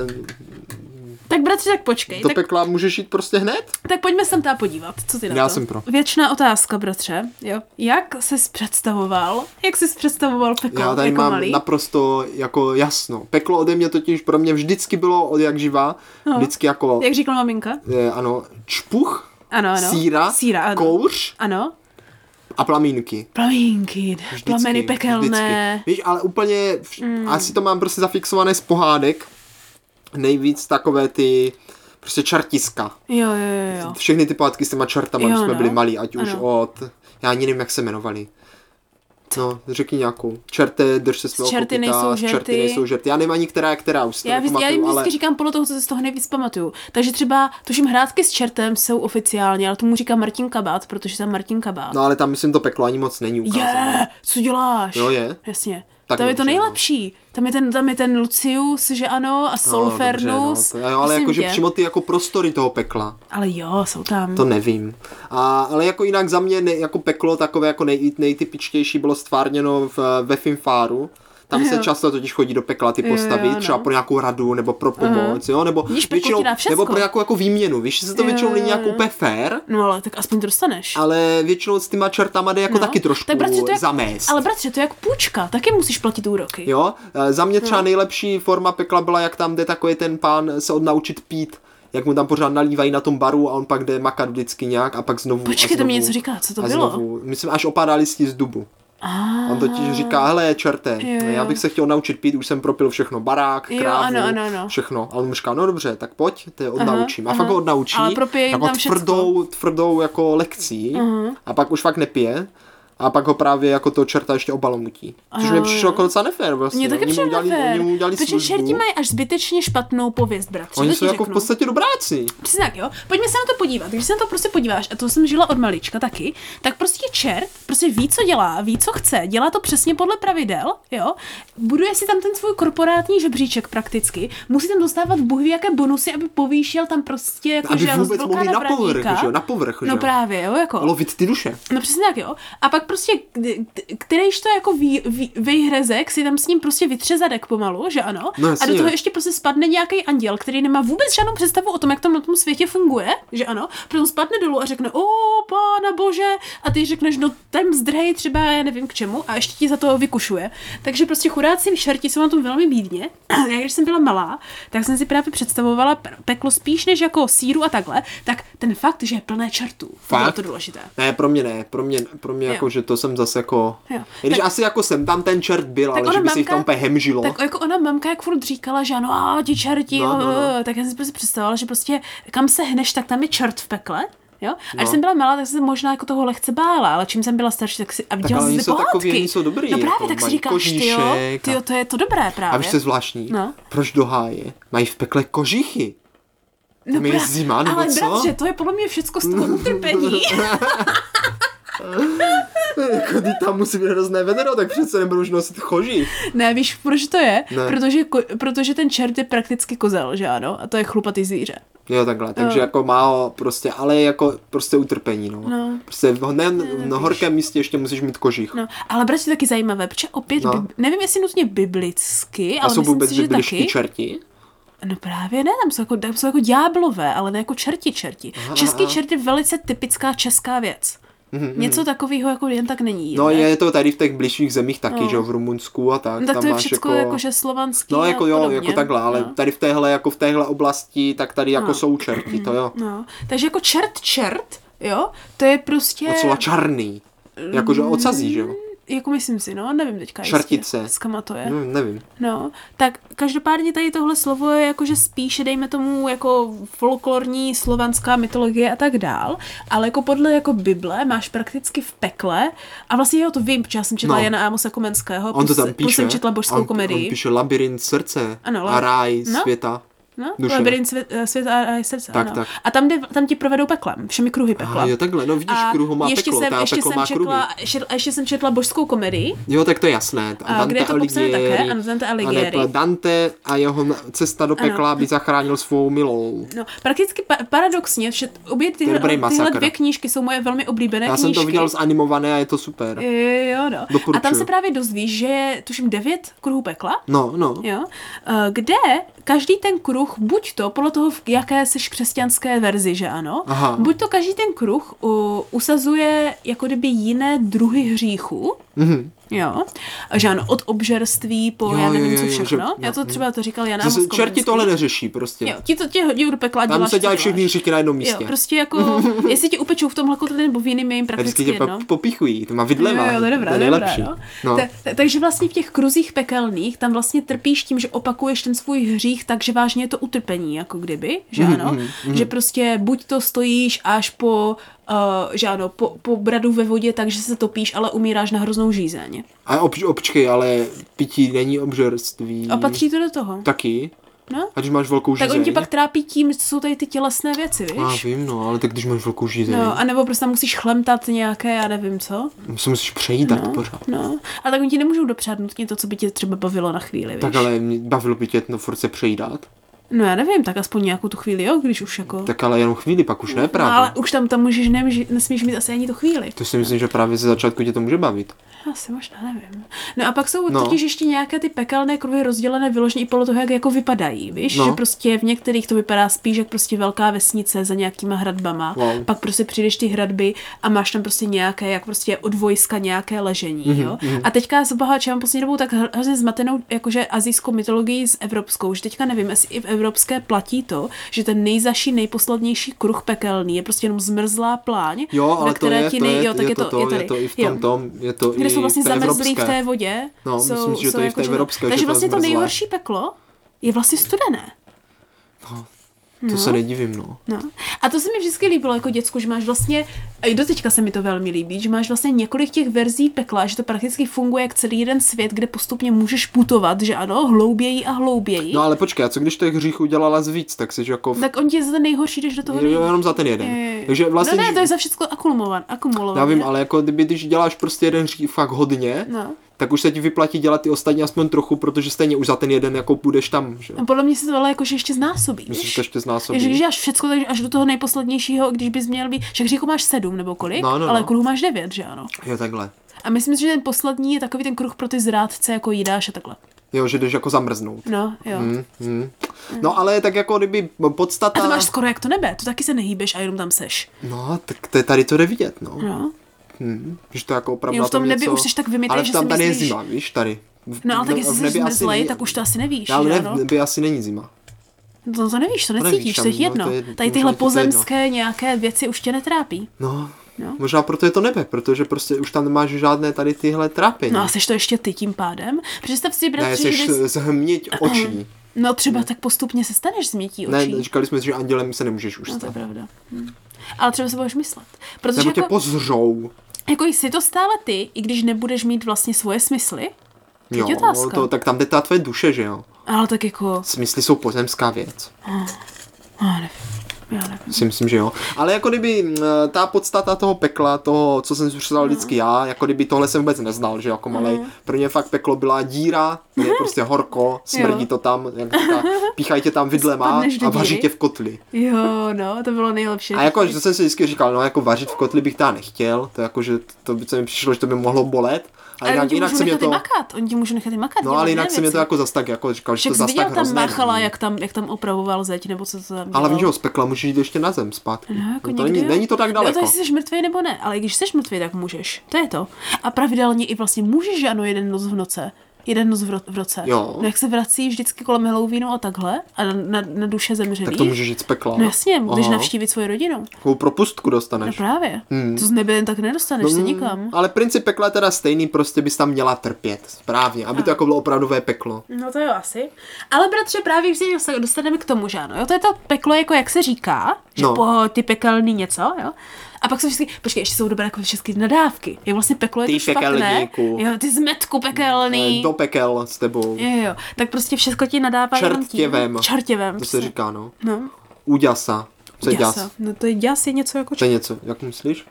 Tak bratři, tak počkej.
do
Tak,
pekla můžeš jít prostě hned?
tak pojďme sem tam podívat, co ty na
Já
to.
jsem pro.
Věčná otázka, bratře. Jo. Jak jsi představoval? Jak jsi představoval peklo
Já tady
jako
mám
malý?
naprosto jako jasno. Peklo ode mě totiž pro mě vždycky bylo od jak živá, vždycky jako,
No. Jak říkala maminka?
eh, ano, čpuch,
Ano, ano.
síra,
Síra, ano.
kouř
Ano.
a plamínky.
Plamínky,
Vždycky,
plameny pekelné. Mm.
Vždycky. Víš, ale úplně, vš- asi to mám prostě zafixované z pohádek. Nejvíc takové ty prostě čartiska.
Jo, jo, jo, jo.
Všechny ty pohádky s těma čartama,
No. Jo,
když jsme
no.
byli malí, ať už
Ano.
od, já ani nevím, jak se jmenovali. No, řekni nějakou. Čerte, drž se svého
Čerty
kopyta,
nejsou
z čerty
žerty.
nejsou žerty. Já nevím ani, která je která, už si to
Já, vys- já jim
nepamatuju,
vždycky
ale...
ale... říkám podle toho, co si z toho nejvíc pamatuju. Takže třeba, tuším, hrátky s čertem jsou oficiálně, ale tomu říká Martin Kabát, protože tam Martin Kabát.
No ale tam, myslím, to peklo ani moc není
Je,
ukázané.
co děláš?
Jo, je.
Jasně.
Tak
Tak tam je to
dobře, no.
nejlepší. Tam je ten, tam je ten Lucius, že ano, a Solfernus.
No, dobře, no, to, jo, ale
Prosím
jakože
tě.
přímo ty jako prostory toho pekla.
Ale jo, jsou tam.
To nevím. A, ale jako jinak za mě ne, jako peklo takové jako nej, nejtypičtější bylo stvárněno v, ve Finfáru. Tam se
Jo.
často totiž chodí do pekla ty
Jo,
postavy,
jo, no.
třeba pro nějakou radu nebo pro pomoc, jo, nebo
Vidíš, peklo ti
většinou,
dá všecko.
nebo pro nějakou jako výměnu, víš, že se to
Jo,
většinou není
jo,
jako
jo.
úplně fair,
No ale tak aspoň to dostaneš.
ale většinou s týma čertama jde jako
no.
taky trošku
tak, bratře, to je,
zamést.
Ale bratře, to je jak půjčka, taky musíš platit úroky.
Jo, e, za mě
No.
třeba nejlepší forma pekla byla, jak tam jde takový ten pán se odnaučit pít, jak mu tam pořád nalívají na tom baru a on pak jde makat vždycky nějak a pak znovu.
Počkej,
a
to
znovu,
mi něco říká, co to
a
bylo?
Znovu. Myslím, až opádá listí z dubu.
Ah.
On totiž říká, hele, čerte,
Jo, jo.
já bych se chtěl naučit pít, už jsem propil všechno, barák,
Jo,
krávu,
ano, ano, ano.
všechno. A on mu říká, no dobře, tak pojď, ty je odnaučím. a
aha.
fakt ho odnaučí,
Ale propije jim
jako
tam všecko.
tvrdou, tvrdou jako lekcí a pak už fakt nepije. A pak ho právě jako toho čerta ještě obalomutí. Což mě
Jo,
přišlo jako docela nefér vlastně.
Mě taky
Oni mu
přijde
udělali,
nefér.
Oni mu udělali
Protože
službu.
čerti mají až zbytečně špatnou pověst, bratře.
Oni
to
jsou
ti
jako v
řeknu.
podstatě dobráci.
Přesně tak, jo. Pojďme se na to podívat. Když se na to prostě podíváš, a to jsem žila od malička taky, tak prostě čert prostě ví, co dělá, ví, co chce, dělá to přesně podle pravidel, jo. Buduje si tam ten svůj korporátní žebříček prakticky, musí tam dostávat buhví jaké bonusy, aby povýšil tam prostě jako,
Aby
že já
vůbec
jsem
mohli na
velká
povrch,
nabradníka.
že jo, na povrch, že
No
jo.
právě, jo, jako.
Lovit ty duše.
No přesně tak, jo. A pak prostě, kdy- kdy- kterýž to jako vý, vý, vyhrezek si tam s ním prostě vytře zadek pomalu, že ano?
No jasně.
a do toho ještě prostě spadne nějaký anděl, který nemá vůbec žádnou představu o tom, jak to na tom světě funguje, že ano? Potom spadne dolů a řekne, o, pána bože, a ty řekneš, no tam zdrhej třeba, já nevím k čemu, a ještě ti za to vykušuje. Takže prostě chudáci šerti jsou na tom velmi bídně. já když jsem byla malá, tak jsem si právě představovala pe- peklo spíš než jako síru a takhle, tak ten fakt, že je plné čertů, to bylo
Fakt?
to důležité.
Ne, pro mě ne, pro mě, pro mě
Jo.
jako, že to jsem zase jako...
Jo.
I Když asi jako jsem tam ten čert byl, ale že by se jich tam úplně hemžilo.
Tak jako ona mamka jak furt říkala, že ano, a ti čerti,
No,
no,
no, no.
tak já jsem si prostě představovala, že prostě kam se hneš, tak tam je čert v pekle. Jo? A když
No.
jsem byla malá, tak jsem se možná jako toho lehce bála, ale čím jsem byla starší, tak si a viděla
ale
jsem
oni
ty
jsou takový,
pohádky.
oni jsou dobrý,
No právě,
jako
tak si
mají
říkáš, ty jo,
kožíšek
ty jo,
a-
to je to dobré
A
právě.
víš, co je zvláštní?
No.
Proč do háje mají v pekle kožichy? Tam je
pra-
zima, nebo
No Ale
co?
bratře, to je podle mě všecko z toho utrpení.
jako, ty tam musí být hrozné vedro, tak přece nebudu už nosit kožich.
ne, víš, proč to je?
Ne.
Protože, ko- protože ten čert je prakticky kozel, že ano? A to je chlupatý zvíře.
Jo, takhle, takže
Jo.
jako málo prostě, ale jako prostě utrpení, no.
No.
Prostě v, ne, na horkém místě ještě musíš mít kožich.
No, ale bratře, taky zajímavé, protože opět,
No.
no. bib, nevím jestli nutně biblicky,
A
ale
jsou
myslím
vůbec
si, že
židliští
taky.
čerti?
No právě ne, tam jsou jako, tam jsou jako ďáblové, ale ne jako čerti čerti. Český
aha. Mhm,
čert je velice typická česká věc. Něco takového jako jen tak není.
No
ne?
je to tady v těch bližších zemích taky,
No.
že jo, v Rumunsku a tak.
no, tak
tam
to je
máš
všechno jako, že slovanský
No
a
jako jo,
podobně.
jako takhle, ale
No.
tady v téhle, jako v téhle oblasti, tak tady jako
No.
jsou čerti, to jo.
no. Takže jako čert čert, jo, to je prostě...
Docela čarný. Jakože ocazí, že jo.
Jako myslím si, no, nevím teďka
Čertice.
jistě, z kama to je.
No, nevím.
No, tak každopádně tady tohle slovo je jakože spíše, dejme tomu, jako folklorní slovanská mytologie a tak dál, ale jako podle jako Bible máš prakticky v pekle a vlastně jo, to vím, protože já jsem četla
No.
no. Jana Ámosa Komenského,
On to tam
plus
píše.
jsem četla božskou
on,
komedii.
On píše labirint srdce
Ano,
a
lab-
ráj
no.
světa.
No,
Duše.
labirint svět, eh, svět a a srdce,
Tak,
ano.
tak.
A tam, jde, tam ti provedou peklem, všemi kruhy pekla.
A jo, takhle, no vidíš,
a
kruhu má
ještě
peklo,
jsem,
ta
ještě
peklo
jsem
má kruhy.
četla, šet, a ještě jsem četla božskou komedii,
Jo, tak to je jasné. A
A kde je to popsané také? Ano, Dante Alighieri.
A ne, Dante a jeho na- cesta do pekla by zachránil svou milou.
No, prakticky pa- paradoxně, že obě tyhle,
dobrý
tyhle
masakr.
dvě knížky jsou moje velmi oblíbené
Já
knížky.
jsem to viděl zanimované a je to super.
E, Jo, no.
Doporučuju.
A tam se právě dozvíš, že je, tuším, devět kruhů pekla,
No, no.
jo, e, kde každý ten kruh, buď to podle toho, v jaké seš křesťanské verzi, že ano,
Aha.
buď to každý ten kruh u, usazuje jako kdyby jiné druhy hříchů,
Mhm.
Jo, že ano, od obžerství po
Jo,
já nevím
jo,
co
jo, že-
všechno.
no,
Já to
mm.
třeba to říkal Jana
Že se-
Moskovický.
Čerti tohle neřeší prostě.
Jo, ti to tě hodí do pekla,
Tam
děláš,
se
co
dělají všechny
děláš.
hříchy na jednom místě.
Jo, prostě jako, jestli ti upečou v tomhle kotli nebo v jiným, je jim
A vždycky
prakticky
tě
jedno.
pa- popichují, to má vidleva,
no. Jo, jo, to je dobrá,
je
to je dobrá,
nejlepší.
no.
No.
Ta- ta- takže vlastně v těch kruzích pekelných tam vlastně trpíš tím, že opakuješ ten svůj hřích, takže vážně je to utrpení, jako kdyby, že
Mhm,
ano? Že prostě buď to stojíš až po, uh, že ano, po, po bradu ve vodě, takže se topíš, ale umíráš na hroznou žízeň.
A obč, občkej, ale pití není obžerství.
A patří to do toho.
Taky.
No?
A když máš velkou Mhm. žízeň.
Tak on tě pak trápí tím, co jsou tady ty tělesné věci,
Já
víš?
vím, no, ale tak když máš velkou žízeň,
No, anebo prostě tam musíš chlemtat nějaké, já nevím co.
se musíš přejídat
No,
pořád.
no. A tak oni ti nemůžou dopřát nutně to, co by tě třeba bavilo na chvíli, víš?
Tak ale mě bavilo by tě no, furt se přejídat.
No já nevím, tak aspoň nějakou tu chvíli, jo, když už jako...
Tak ale jenom chvíli, pak už ne
no,
právě.
ale už tam tam můžeš, nemůže, nesmíš mít asi ani tu chvíli.
To si myslím, že právě ze začátku tě to může bavit.
Asi možná, nevím. No a pak jsou
No.
no. totiž ještě nějaké ty pekelné kruhy rozdělené vyloženě i podle toho, jak jako vypadají, víš?
No.
No. Že prostě v některých to vypadá spíš jak prostě velká vesnice za nějakýma hradbama.
Wow.
Pak prostě přijdeš ty hradby a máš tam prostě nějaké, jak prostě od vojska nějaké ležení,
Mhm,
mm-hmm, jo? A teďka s boháčem poslední dobou tak hr- hrozně zmatenou jakože azijskou mytologii s evropskou, že teďka nevím, jestli i v evropské platí to, že ten nejzaší, nejposlednější kruh pekelný je prostě jenom zmrzlá pláň,
Jo, ale
ve
to je,
které ti
to
nej-
je,
jo, tak
je,
je
to, to, je
tady.
to i v
Jo
tom, tom je to
kde
i
jsou vlastně
v té
zamrzlí v
evropské.
té vodě.
No,
jsou,
myslím si, že
jsou
to je v
jako
té
žena-
evropské, že
Takže
to je
vlastně to
zmrzlé.
nejhorší peklo je vlastně studené.
To se nedivím, no.
No. A to se mi vždycky líbilo jako děcku, že máš vlastně, a i do teďka se mi to velmi líbí, že máš vlastně několik těch verzí pekla, že to prakticky funguje jak celý jeden svět, kde postupně můžeš putovat, že ano, hlouběji a hlouběji.
No ale počkej, a co když těch hříchů dělala z víc, tak jsi jako v...
Tak on ti je za ten nejhorší, když do toho
jo,
nejde.
jenom za ten jeden.
Eh,
Takže vlastně,
no ne,
když-
to je za všechno akumulované. akumulované.
Já vím, ale jako kdyby, když děláš prostě jeden hřích fakt hodně,
No.
tak už se ti vyplatí dělat ty ostatní aspoň trochu, protože stejně už za ten jeden jako půjdeš tam, že? jo?
A No, podle mě se to ale jakože ještě znásobíš.
Myslím, že to ještě znásobí.
Takže když děláš všecko, takže až do toho nejposlednějšího, když bys měl být, však říkou máš sedm nebo kolik,
No,
no,
no, no.
no, ale kruhu máš devět, že ano.
Jo, takhle.
A myslím si, že ten poslední je takový ten kruh pro ty zrádce, jako jídáš a takhle.
Jo, že jdeš jako zamrznout.
No, jo.
Hm, hm. No ale tak jako kdyby podstata...
Mm. A to máš skoro jak to nebe, to taky se nehýbeš a jenom tam seš.
No, tak to je tady to jde vidět, no.
No.
Hm, že to jako opravdu
Jo, v
na tom
tom nebi
něco...
už jsi tak vymitej,
ale
že
tam
si
tady je
myslíš-
zima, víš, tady. V-
No ale tak
v-
jestli
v
jsi
nebi asi
zmrzlej,
není-
tak už no. to asi nevíš.
Ale ne,
ano?
v nebi asi není zima.
No to nevíš, to
nevíš,
necítíš, to je
tam, no,
jedno.
to je-
Tady
možná
tyhle
je to jedno.
pozemské nějaké věci už tě netrápí.
No,
No.
možná proto je to nebe, protože prostě už tam nemáš žádné tady tyhle trápení.
No a jsi to ještě ty tím pádem? Představ si,
ne,
bratře, že
jsi
bys...
zhmniť očí.
No třeba tak postupně se staneš zmítí
Ne,
očí.
říkali jsme si, že andělem se nemůžeš už
no to je
stát.
pravda. Hm. Ale třeba se budeš myslet. Protože
Prostě. Nebo tě
jako,
pozřou.
jako jsi to stále ty, i když nebudeš mít vlastně svoje smysly, Teď
Jo,
je otázka.
to, tak tam jde ta tvoje duše, že jo?
ale tak jako, no,
Smysly jsou pozemská věc.
já nevím, já nevím.
Si myslím, že jo. Ale jako kdyby mm, ta podstata toho pekla, toho, co jsem předal
No.
vždycky já, jako kdyby tohle jsem vůbec neznal, že jako malej. Pro mě fakt peklo byla díra, kde je prostě horko, smrdí
Jo.
to tam, jak říká, píchají tě tam vidlema
Spadneš do
a vaří
díry.
tě v kotli.
Jo, no, to bylo nejlepší.
A jako, že jsem si vždycky říkal, no jako vařit v kotli bych ta nechtěl, to jako, že to by se mi přišlo, že to by mohlo bolet.
ale
Ale jinak,
oni
jinak
můžou
se mě
nechat to...
to...
makat, oni ti můžou nechat i makat.
No
dělat
ale jinak
jiné
se mě to
věci.
jako zas tak, jako říkal, že to
Však jsi
zas tak
viděl tam
hrozné.
Machala,
není.
jak tam, jak tam opravoval zeď, nebo co to tam
Ale
dělal.
víš, že jo, z pekla můžeš jít ještě na zem zpátky.
No, jako
No to
někdy
není,
jo.
není to tak
No,
daleko.
to jestli jsi mrtvý nebo ne, ale i když jsi mrtvý, tak můžeš. To je to. A pravidelně i vlastně můžeš, že ano, jeden noc v noce. Jeden noc v, ro- v roce.
Jo.
No, jak se vrací vždycky kolem Halloweenu a takhle a na, na, na duše zemřelých.
Tak to můžeš jít z pekla.
No jasně, můžeš
Aha.
navštívit svoji rodinu.
Takovou propustku
No
dostaneš.
právě.
Hmm.
To z nebe jen tak nedostaneš
No,
se nikam.
Ale princip pekla je teda stejný, prostě bys tam měla trpět. Správně, aby to jako bylo opravdové peklo.
No to jo, asi. Ale bratře, právě když se dostaneme k tomu, že ano, jo, to je to peklo, jako jak se říká, že
No.
no. po ty pekelný něco, jo. A pak jsou vždycky, počkej, ještě jsou dobré jako všechny nadávky. Jak vlastně peklo je
Ty
to špatné.
pekelníku.
Jo, ty zmetku pekelný.
Eh, Do pekel s tebou.
Jo, jo, jo, tak prostě všechno ti nadává jenom tím-
Čertěvem.
Čertěvem.
To se
přesně.
říká, no.
No,
Uďasa. Co je
děsa.
děs?
No to je děs je něco jako
To
čer...
je něco, jak myslíš?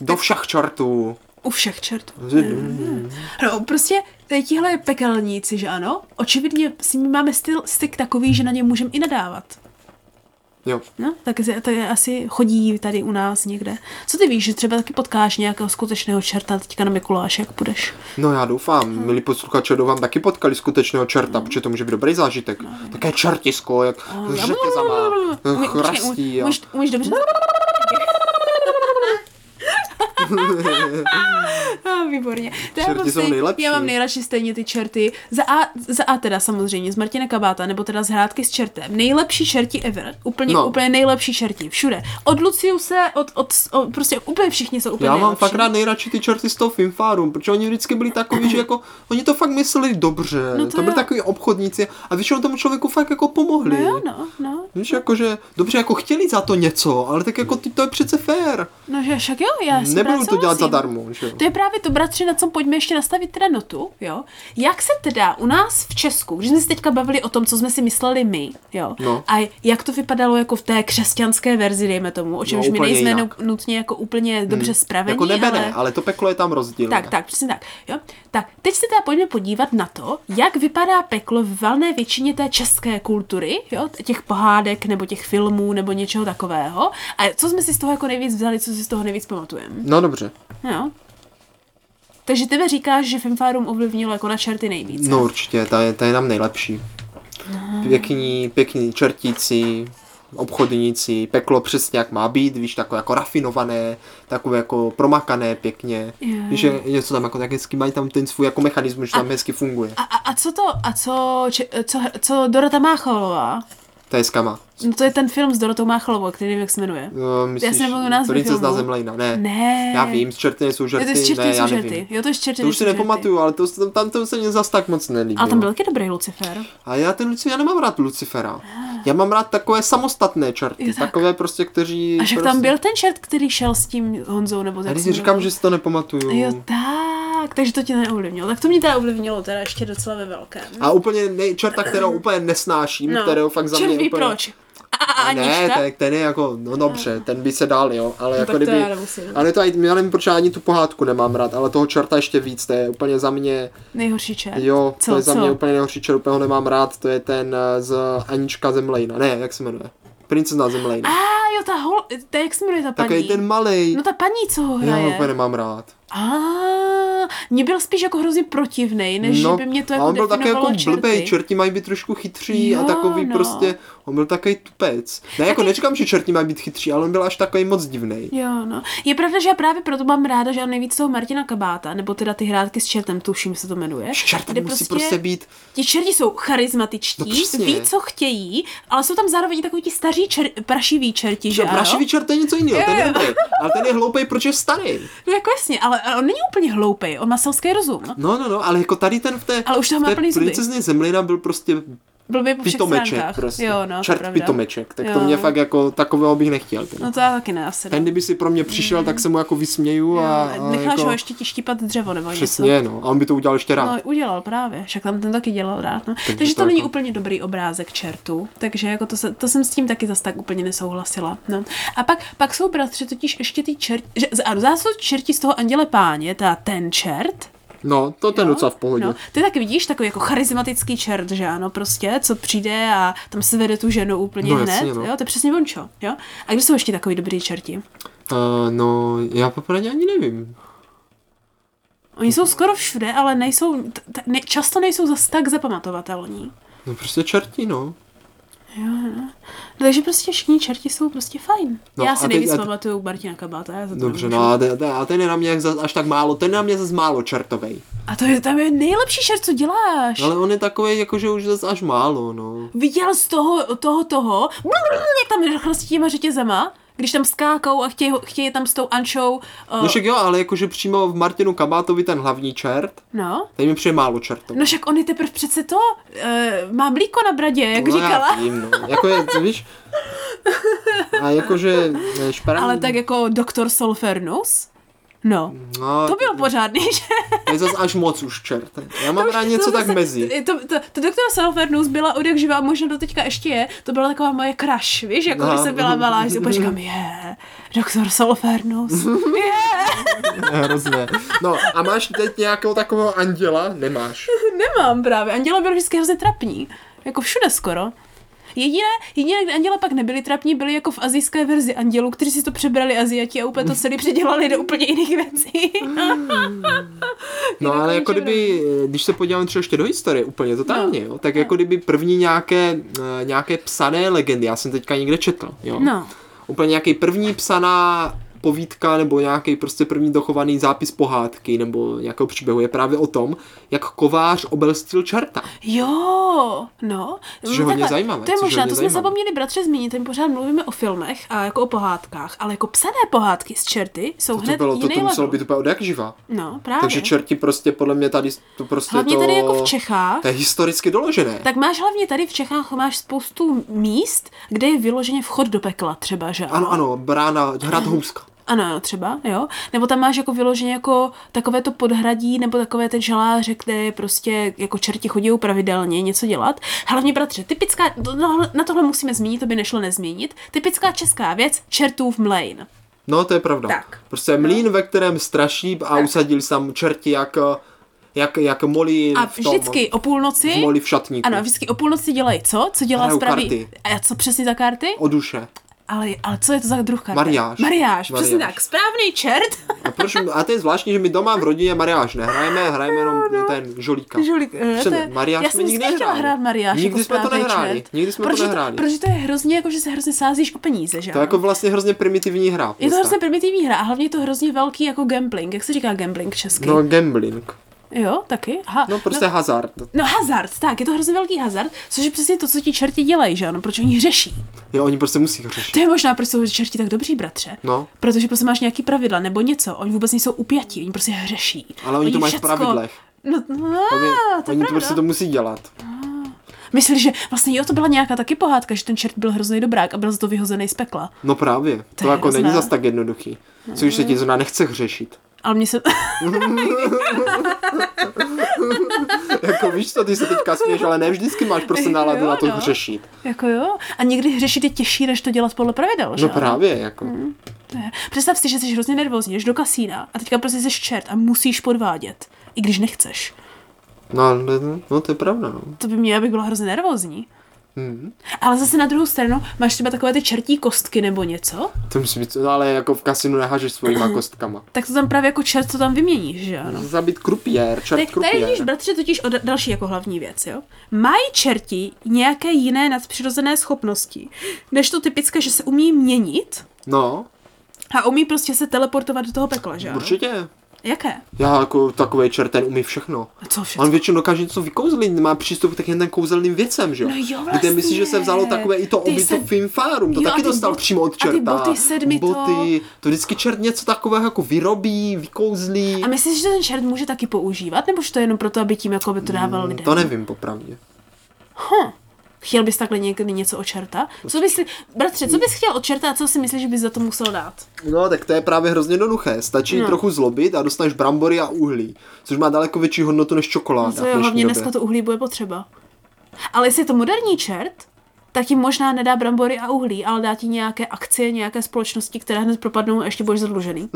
Do všech čertů.
u všech čertů. No, prostě tady tihle pekelníci, že ano? Očividně s nimi máme styl, styk takový, že na ně můžeme i nadávat.
Jo.
No, tak se- to je asi chodí tady u nás někde. Co ty víš, že třeba taky potkáš nějakého skutečného čerta teďka na Mikuláš, jak půjdeš?
No já doufám, milí posluchači, doufám taky potkali skutečného čerta,
Mm.
protože to může být dobrý zážitek.
No,
Také čertisko, jak řete za má,
Umí- počkej,
chrastí
umí-
a...
umíš- Umíš dobře? Ah, Výborně. To já,
Čerti
mám
jsou
stejně,
nejlepší.
já mám nejradši stejně ty čerty. Za A, za a teda samozřejmě, z Martina Kabáta, nebo teda z Hrádky s čertem. Nejlepší čerti ever. Úplně,
No.
no. úplně nejlepší čerti. Všude. Od Luciuse, od, od, od, prostě úplně všichni jsou úplně
Já mám
nejlepší.
fakt rád nejradši ty čerty z toho Finfarum, protože oni vždycky byli takový, že jako, oni to fakt mysleli dobře,
No
no
to
to, byli
jo.
takový obchodníci a většinou tomu člověku fakt jako pomohli.
No jo, no, no.
Víš, jako že, dobře, jako chtěli za to něco, ale tak jako ty, to je přece fér.
No že však jo, já s tím
Nebudou
rád
to dělat
souhlasím.
zadarmo, že jo.
To je právě to, bratře, na co pojďme ještě nastavit teda notu, jo. Jak se teda u nás v Česku, když jsme se teďka bavili o tom, co jsme si mysleli my, jo,
No.
a jak to vypadalo jako v té křesťanské verzi, dejme tomu, o čemž my
No, úplně
nejsme
jinak.
nu- nutně jako úplně dobře spraveni,
Jako nebe
ale...
ne, ale to peklo je tam rozdíl.
Tak, tak, přesně tak. Jo? Tak, teď se teda pojďme podívat na to, jak vypadá peklo v valné většině té české kultury, jo? těch pohádek nebo těch filmů nebo něčeho takového. A co jsme si z toho jako nejvíc vzali, co si z toho nejvíc pamatujeme.
No dobře,
Jo? Takže tebe říkáš, že Filmfárum ovlivnilo jako na čerty nejvíc.
no určitě, ta je, ta je tam nejlepší.
No.
Pěkní, pěkní čertíci, obchodníci, peklo přesně jak má být, víš, takové jako rafinované, takové jako promakané pěkně.
Jo.
Víš, že něco tam jako tak hezky mají tam ten svůj jako mechanismus, že tam hezky funguje.
A, a, a co to, a co, če, co, co Dorota Máchalová?
To je skama.
No to je ten film s Dorotou Máchalovou, který nevím, jak se jmenuje.
No,
Já
myslíš,
si nepamatuju název
princezna
filmu.
Zemlejna, ne.
Ne.
Já vím, z čerty nejsou
Jo,
žerty,
to je z čerty,
ne, já
jsou
nevím.
žerty. Jo, to je z čerty,
To už si
jsou žerty.
nepamatuju, ale to, tam, tam to se mě zas tak moc nelíbilo.
Ale tam byl taky dobrý Lucifer.
A já ten Lucifer, já nemám rád Lucifera. Já mám rád takové samostatné čerty,
Jo, tak.
takové prostě, kteří...
A že
prostě...
tam byl ten čert, který šel s tím Honzou, nebo
Já
jak
když
se
si říkám,
jmenoval?
že si to nepamatuju.
Jo, tak, takže to tě neovlivnilo. Tak to mě teda ovlivnilo, teda ještě docela ve velkém.
A úplně nej, čerta, kterou úplně nesnáším, no. kterou fakt za
Čert
mě
ví
úplně...
proč. A, a, a
A ne,
Anička? No
tak ten je jako, no dobře, ten by se dal, jo, ale jako
tak to
kdyby...
já nemusím.
ale to, já nevím, proč já ani tu pohádku nemám rád, ale toho čerta ještě víc, to je úplně za mě...
Nejhorší čert.
Jo,
co,
to je za
co?
mě úplně nejhorší čer, úplně ho nemám rád, to je ten eh, z Anička Zemlejna. Ne, jak se jmenuje? Princezna Zemlejna.
A jo, ta hol, ta, jak se jmenuje ta paní?
Takový ten malej.
No ta paní, co ho
já ho
hraje.
No, úplně nemám rád.
A mě byl spíš jako hrozně protivnej, než že by mě to jako
No, a on byl taky
definovalo
jako
čerty.
blbej, čerti mají být trošku chytří a
Jo,
takový
no.
prostě, on byl takový tupec. Ne, jako nečekám, že čerti mají být chytří, ale on byl až takový moc divný.
Jo, no. Je pravda, že já právě proto mám ráda, že já nejvíc toho Martina Kabáta, nebo teda ty hrátky s čertem, tuším se to jmenuje.
Čert
kde
musí prostě... prostě být,
Ti čerti jsou charismatičtí,
No přesně.
ví, co chtějí, ale jsou tam zároveň i takový ti staří čer, prašiví čerti, že
že prašivý
ano?
čert je něco jiného,
Jo,
ten je
jo.
dobrý, ale ten je hloupej, proč je starý.
No jako jasně, ale ale on není úplně hloupej, on má selský rozum.
No, no, no, ale jako tady ten v té,
Ale už toho
v
má
té
plný zuby.
princezně Zemlina byl prostě
Blbý po všech
pitomeček.
stránkách.
Prostě.
Jo, no, to je
Čert
pravda.
pitomeček, tak to
Jo.
mě fakt jako takového bych nechtěl. Ten.
No to já taky ne, asi ne.
ten kdyby si pro mě přišel, tak se mu jako vysměju a, a
Necháš
jako,
ho ještě ti štípat dřevo nebo něco.
Přesně, no. A on by to udělal ještě rád.
No, udělal právě, však tam ten taky dělal rád. No. Takže,
to
to není
jako-
úplně dobrý obrázek čertu, takže jako to, se, to jsem s tím taky zas tak úplně nesouhlasila. No. A pak, pak jsou bratři totiž ještě ty čerti, že, ano, zase jsou čerti z toho Anděle Páně, ta ten čert,
No, to ten
jo?
docela v pohodě.
No, ty taky vidíš takový jako charismatický čert, že ano, prostě, co přijde a tam se vede tu ženu úplně
No,
hned,
jasně, no.
jo, to je přesně vončo, jo. A kdo jsou ještě takový dobrý čerti?
Uh, no, já popravdě ani nevím.
Oni jsou skoro všude, ale nejsou, t- t- ne, často nejsou zas tak zapamatovatelní.
No prostě čertí, no.
no. Takže prostě všichni čerti jsou prostě fajn.
No
No,
a
já si
teď-
nejvíc
a
te...
te-
pamatuju Martina Kabáta, já za to
Dobře,
nemůžu.
no a, te- te- a ten je na mě jak zas, až tak málo, ten je na mě zase málo čertovej.
A to je tam je nejlepší čert, co děláš. Ale...
No, Ale on je takový, jakože už zase až málo, no.
Viděl z toho, toho, toho, jak tam rychle s těma řetězama, když tam skákou a chtějí, ho- chtějí tam s tou Ančou, uh,
No však jo, ale jakože přímo v Martinu Kabátovi ten hlavní čert,
no.
ten mi přijde málo čertový.
No však on je teprve přece to, uh, má mlíko na bradě, jak
no,
říkala.
Já vím, no. Jako je, co víš? A jakože eh, šparán...
Ale tak jako doktor Solfernus, no.
No,
To bylo pořádný, že?
To je zase až moc už čert. Já mám rád něco tak
zase-
mezi.
No, vlastně To, to, to, to doktor Selfernus byla od jak živá, možná do teďka ještě je, to byla taková moje crush, víš, jako
Aha.
když jsem byla malá, že si úplně říkám, je, doktor Selfernus, je,
Hrozné. No a máš teď nějakého takového anděla? Nemáš.
nemám právě, Anděla byla vždycky hrozně trapní, jako všude skoro. Jediné, jediné, kde anděle pak nebyli trapní, byli jako v azijské verzi andělů, kteří si to přebrali Aziati a úplně to celý předělali do úplně jiných věcí.
No
Jinak
ale
nic
jako
dobrý.
kdyby, eh, když se podívám třeba ještě do historie, úplně
No.
totálně, jo, tak jako kdyby první nějaké, eh, nějaké psané legendy, já jsem teďka někde četl, jo.
No.
Úplně nějaký první psaná povídka nebo nějaký prostě první dochovaný zápis pohádky nebo nějakého příběhu je právě o tom, jak kovář obelstil čerta.
Jo, no.
Což je
No,
hodně
takhle,
zajímavé,
To je
což je
možná,
hodně
to jsme
zajímavé.
zapomněli bratře zmínit, ten pořád mluvíme o filmech a jako o pohádkách, ale jako psané pohádky z čerty jsou
To
hned
bylo, to,
jiný
to muselo
level.
být úplně od jak živa.
No, právě.
Takže čerti prostě podle mě tady to prostě
Hlavně
to...
tady jako v Čechách.
To je historicky doložené.
Tak máš hlavně tady v Čechách máš spoustu míst, kde je vyloženě vchod do pekla třeba, že?
Ano, ano, brána, hrad Houska.
Ano, ano, třeba, jo. Nebo tam máš jako vyloženě jako takové to podhradí, nebo takové ten žaláře, kde prostě jako čerti chodí pravidelně něco dělat. Hlavně, bratře, typická, no, na tohle musíme zmínit, to by nešlo nezmínit, typická česká věc, čertův mlejn.
No, to je pravda.
Tak. No.
Prostě mlín, ve kterém straší a usadil se tam čerti jak, jak, jak moli
A
v tom,
vždycky o půlnoci,
v moli v šatníku.
ano, vždycky o půlnoci dělají co? Co dělá
Hrajou
zpraví?
karty.
A co přesně za karty?
O duše.
Ale, ale co je to za druh karty?
Mariáž.
Mariáž, přesně
Mariáž.
tak. Správný čert.
A, proč, a to je zvláštní, že my doma v rodině mariáž nehrajeme, hrajeme jenom ten žolíka.
Žulik, No, eh, to je,
Přesně, mariáž
já
No. jsme
jsem
nikdy
vždycky chtěla
nehráli.
hrát mariáž.
Nikdy
jako
jsme to
správnej
nehráli,
čert.
nikdy jsme to
protože
nehráli.
To, protože to je hrozně, jako, že se hrozně sázíš o peníze, že
To je
ano?
jako vlastně hrozně primitivní hra.
je to
prostě.
hrozně primitivní hra a hlavně je to hrozně velký jako gambling. Jak se říká gambling česky?
No, gambling.
Jo, taky? Aha.
No, prostě hazard.
No hazard, tak, je to hrozně velký hazard, což je přesně to, co ti čerti dělají, že ano, proč oni řeší.
Jo, oni prostě musí řešit.
To je možná, proč jsou čerti tak dobří, bratře.
No.
Protože prostě máš nějaký pravidla nebo něco, oni vůbec nejsou upjatí, oni prostě řeší.
Ale oni to mají v pravidlech.
No, no,
Oni,
to je
oni to
pravda.
prostě to musí dělat.
Myslíš, že vlastně jo, to byla nějaká taky pohádka, že ten čert byl hrozný dobrák a byl za to vyhozený z pekla.
No právě, to,
je
jako není
hrozné. Mm.
zas tak jednoduchý. Což se ti zrovna nechce hřešit.
Ale mě se...
Jako víš co, ty se teďka směješ, ale ne vždycky máš prostě náladu
Jo,
na to
no.
hřešit.
jako jo. A někdy hřešit je těžší, než to dělat podle pravidel, že?
No
jo? Mm.
právě, jako.
To je- Představ si, že jsi hrozně nervózní, jdeš do kasína a teďka prostě jsi čert a musíš podvádět. I když nechceš.
No, ale- no to je pravda, no.
To by mě, abych byla hrozně nervózní. Hmm. Ale zase na druhou stranu máš třeba takové ty čertí kostky nebo něco,
To musí být, no ale jako v kasinu nehažeš svojima kostkama.
tak to tam právě jako čert, co tam vyměníš, že ano.
Zabít krupiér, čert
Tak tady vidíš,
krupiér.
bratře, totiž o da- další jako hlavní věc, jo. Mají čerti nějaké jiné nadpřirozené schopnosti, než to typické, že se umí měnit
No,
a umí prostě se teleportovat do toho pekla, že ano?
určitě.
Jaké?
Já jako takový čert, ten umí všechno.
A co všechno?
On většinou dokáže něco vykouzlit, má přístup k takovým ten kouzelným věcem, že jo?
No jo,
Kde
vlastně.
myslíš, že se vzalo takové i to
Ty
oby,
se-
to finfárum, to
Jo, a
taky
ty
dostal
bot-
přímo
a
od
ty
čerta.
boty sedmi to-
Boty, to vždycky čert něco takového jako vyrobí, vykouzlí.
A myslíš, že ten čert může taky používat, nebo že to je jenom proto, aby tím jako by to dával lidem?
Hmm, Mm, To nevím popravdě.
Chtěl bys takhle někdy něco od čerta? Co bys, bratře, co bys chtěl od čerta a co si myslíš, že bys za to musel dát?
No, tak to je právě hrozně jednoduché. Stačí
No.
trochu zlobit a dostaneš brambory a uhlí, což má daleko větší hodnotu než čokoláda.
Co jo,
v dnešní
hlavně
době.
dneska No, to uhlí bude potřeba. Ale jestli je to moderní čert, tak ti možná nedá brambory a uhlí, ale dá ti nějaké akcie, nějaké společnosti, které hned propadnou a ještě budeš zadlužený.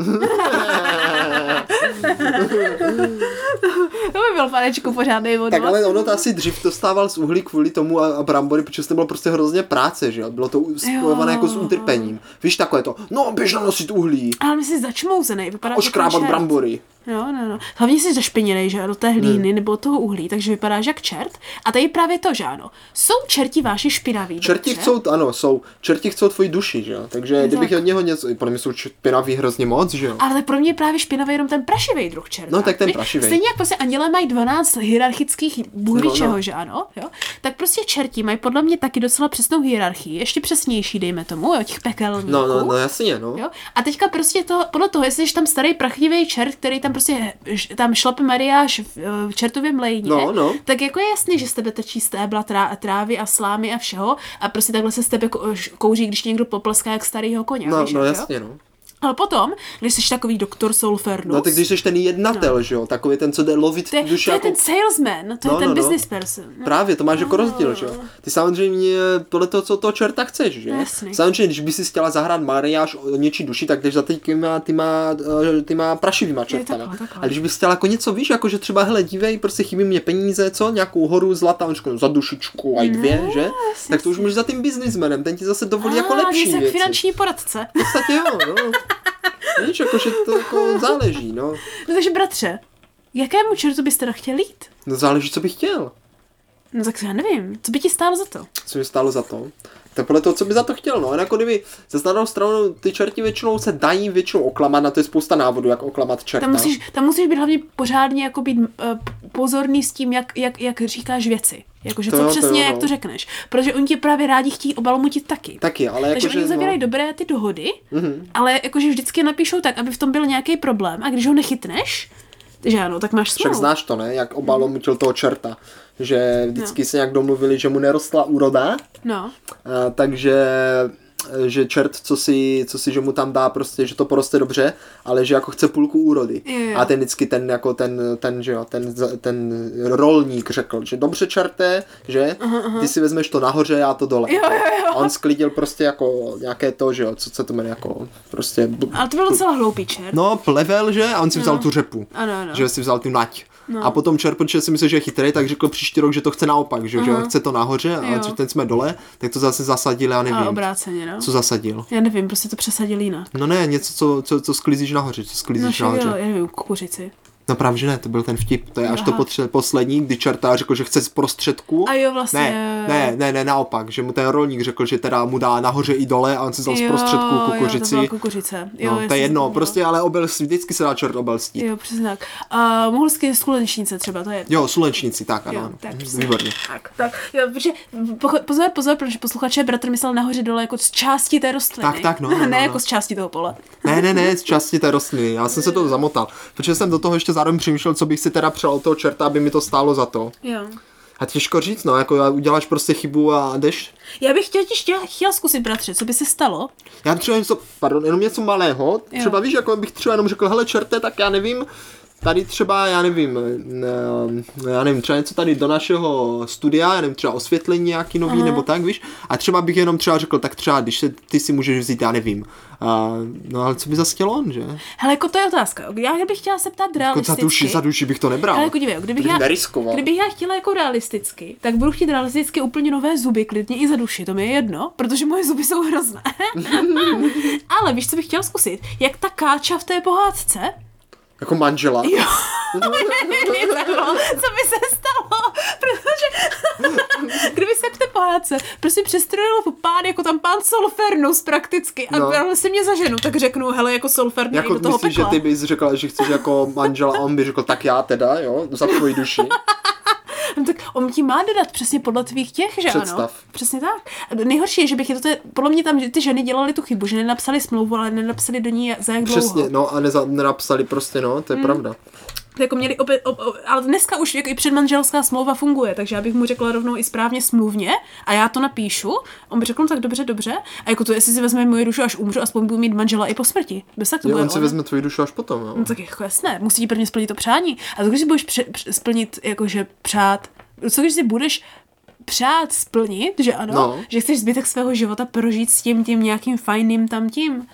to by byl panečku pořádný vodu.
Tak ale
no.
ono to asi dřív dostával z uhlí kvůli tomu a, a brambory, protože to bylo prostě hrozně práce, že jo? Bylo to u- spojované
Jo.
jako s utrpením. Víš, takové to, no běž nanosit uhlí,
ale my jsi začmouzený, vypadá jako
oškrábat
čert.
brambory.
Jo, no, no. Hlavně jsi zašpiněnej, že jo, do té hlíny
Hmm.
nebo toho uhlí, takže vypadáš jak čert. A tady je právě to, že ano. Jsou čerti váši špinaví.
Čerti
dobře?
chcou, ano, jsou, čerti chcou tvoji duši, že jo? Takže
No
kdybych od něho něco, pro mě jsou špinaví hrozně moc, že jo?
Ale tak pro mě je právě špinavý jenom ten prašivý druh čerta.
No, tak ten
Víš,
prašivý.
Stejně jak prostě anděle mají 12 hierarchických bůhví
No, no.
no, čeho, že ano, jo? Tak prostě čerti mají podle mě taky docela přesnou hierarchii, ještě přesnější, dejme tomu, jo, těch pekelníků.
No, no, no, jasně, no.
Jo? A teďka prostě to, podle toho, jestli jsi tam starý prachlivý čert, který tam prostě š- tam šlape Mariáš v, eh, v čertově mlejně,
No, no.
tak jako je jasný, že z tebe tečí stébla trá, trávy a slámy a všeho a prostě takhle se z tebe ko- š- kouří, když někdo popleská jak starýho koně.
No,
víš,
no
jak, jo?
jasně, no.
Ale potom, když jsi takový doktor Solfernus,
No tak když jsi ten jednatel, že jo, takový ten, co jde lovit
No. to je,
duši
to je
jako
ten salesman, to
No,
je ten
no, no.
business person. No.
Právě, to máš jako rozdíl, že jo? Ty samozřejmě podle toho, co toho čerta chceš, že?
No, Jasný.
Samozřejmě, když by si chtěla zahrát mariáš o něčí duši, tak jdeš za týma, týma, eh, týma prašivýma čertama.
takhle, takhle.
A když bys chtěla jako něco, víš, jako že třeba, hele, dívej, prostě chybí mě peníze, co? Nějakou horu zlata, on říká, no, za dušičku a i dvě, že?
jasně,
Tak to už můžeš za tím biznismenem, ten ti zase dovolí jako
Ah,
lepší
jsi jak
věci.
finanční poradce.
V podstatě jo, no. Víš, jako, že to jako záleží, no.
No takže bratře, jakému čertu bys teda chtěl jít?
No záleží, co bych chtěl.
No tak já nevím, co by ti stálo za to?
co mi stálo za to. Tak podle toho, co by za to chtěl, no. A jako kdyby, ze stranou stranu, ty čerti většinou se dají většinou oklamat, na to je spousta návodů, jak oklamat čerta.
Tam musíš, tam musíš být hlavně pořádně jako být uh, pozorný s tím, jak, jak, jak říkáš věci. Jakože
To
co
jo, to
přesně,
jo, no.
jak to řekneš. Protože oni tě právě rádi chtějí obalomutit taky.
Taky, ale
Takže
jakože,
oni zavírají
no, Mhm.
dobré ty dohody, mm-hmm. ale jakože vždycky je napíšou tak, aby v tom byl nějaký problém. A když ho nechytneš, že ano, tak máš
však
smlouvu.
znáš to, ne? Jak
Mhm.
obalomutil toho čerta. Že vždycky se nějak domluvili, že mu nerostla úroda,
No.
a, takže eh, že čert, co si, co si, že mu tam dá prostě, že to poroste dobře, ale že jako chce půlku úrody.
Jo, jo.
A ten vždycky ten, jako ten, ten, že jo, ten, za- ten rolník řekl, že dobře čerte, že ty si vezmeš to nahoře, já to dole.
Jo, jo, jo.
A on sklidil prostě jako nějaké to, že jo, co se to jmenuje, jako prostě... b-
Ale to byl docela hloupý čert.
No, plevel, že? A on si vzal
No.
tu řepu.
Ano, ano.
Že si vzal tu nať. No. A potom čer, protože si myslel, že je chytrý, tak řekl příští rok, že to chce naopak, že, že on chce to nahoře, ale
Jo.
co ten jsme dole, tak to zase zasadil, já nevím.
Ale obráceně, no.
Co zasadil?
Já nevím, prostě to přesadil jinak.
No ne, něco, co, co, co sklízíš nahoře, co
No,
sklízíš
však jo,
nahoře.
já nevím, kukuřici.
No právě, že ne, to byl ten vtip, to je až to
Aha.
potře- poslední, kdy čertá řekl, že chce z prostředku.
A jo, vlastně.
Ne, ne, ne, ne, naopak, že mu ten rolník řekl, že teda mu dá nahoře i dole a on si vzal z
Jo,
prostředku kukuřici.
Jo, to byla kukuřice. Jo,
no,
já
to je
jsem
jedno,
zapomněla.
prostě ale obelství, vždycky se dá čert obelstí.
Jo, přesně tak. A mohlsky slunečnice třeba, to je.
Jo, slunečnici, tak ano,
Jo,
ano. Mhm,
tak přesně.
výborně.
Tak, tak. Jo, protože pocho- pozor, pozor, protože posluchače bratr myslel nahoře dole jako z části té rostliny.
Tak, tak, no, no, no,
ne
no.
jako z části toho pole.
Ne, ne, ne, z části té rostliny, já jsem se to zamotal, protože jsem do toho ještě zároveň přemýšlel, co bych si teda přál od toho čerta, aby mi to stálo za to.
Jo.
A těžko říct, no, jako uděláš prostě chybu a jdeš.
Já bych chtěla, chtěla, chtěla zkusit, bratře, co by se stalo?
Já třeba něco, pardon, jenom něco malého, třeba víš, jako bych třeba jenom řekl, hele čerte, tak já nevím, tady třeba, já nevím, eh, já nevím, třeba něco tady do našeho studia, já nevím, třeba osvětlení nějaký nový Aha. nebo tak, víš, a třeba bych jenom třeba řekl, tak třeba, když se, ty si můžeš vzít, já nevím, a, no ale co by zase chtěl on, že?
Hele, jako to je otázka. Já bych chtěla se ptát
Jako za
realisticky.
duši, za duši bych to nebral.
Ale jako dívej, kdybych
Kdybych
já,
neriskoval.
kdybych já chtěla jako realisticky, tak budu chtít realisticky úplně nové zuby, klidně i za duši, to mi je jedno, protože moje zuby jsou hrozné. Ale víš, co bych chtěla zkusit? Jak ta káča v té pohádce?
Jako manžela.
Jo. co by se stalo? Protože kdyby se v té pohádce prostě přestrojilo po pán, jako tam pán Solfernus prakticky a
No.
no. si mě zaženu, tak řeknu, hele, jako Solfernus
Jako
do toho
myslíš, že
pekla.
ty bys řekla, že chceš jako manžela a on by řekl, tak já teda, jo, za tvoji duši.
No tak on ti má dodat přesně podle tvých těch, že ano?
Představ.
Přesně tak. A Nejhorší je, že bych je to, te- podle mě tam že ty ženy dělaly tu chybu, že nenapsali smlouvu, ale nenapsali do ní za jak dlouho.
Přesně, no a neza, nenapsali prostě, no, to je pravda.
Mm. To Jako měli opět, op, op, ale dneska už jako i předmanželská smlouva funguje, takže já bych mu řekla rovnou i správně smluvně a já to napíšu. On by řekl, no tak dobře, dobře. A jako to, jestli si vezme moje dušu, až umřu, aspoň budu mít manžela i po smrti. Bez tak to
Jo,
bude
on si
ono.
vezme tvoji duši až potom, jo.
No tak jako jasné, musí ti prvně splnit to přání. A co když si budeš pře- pře- splnit, jakože přát, co když si budeš přát splnit, že ano,
No.
že chceš zbytek svého života prožít s tím, tím nějakým fajným tam tím.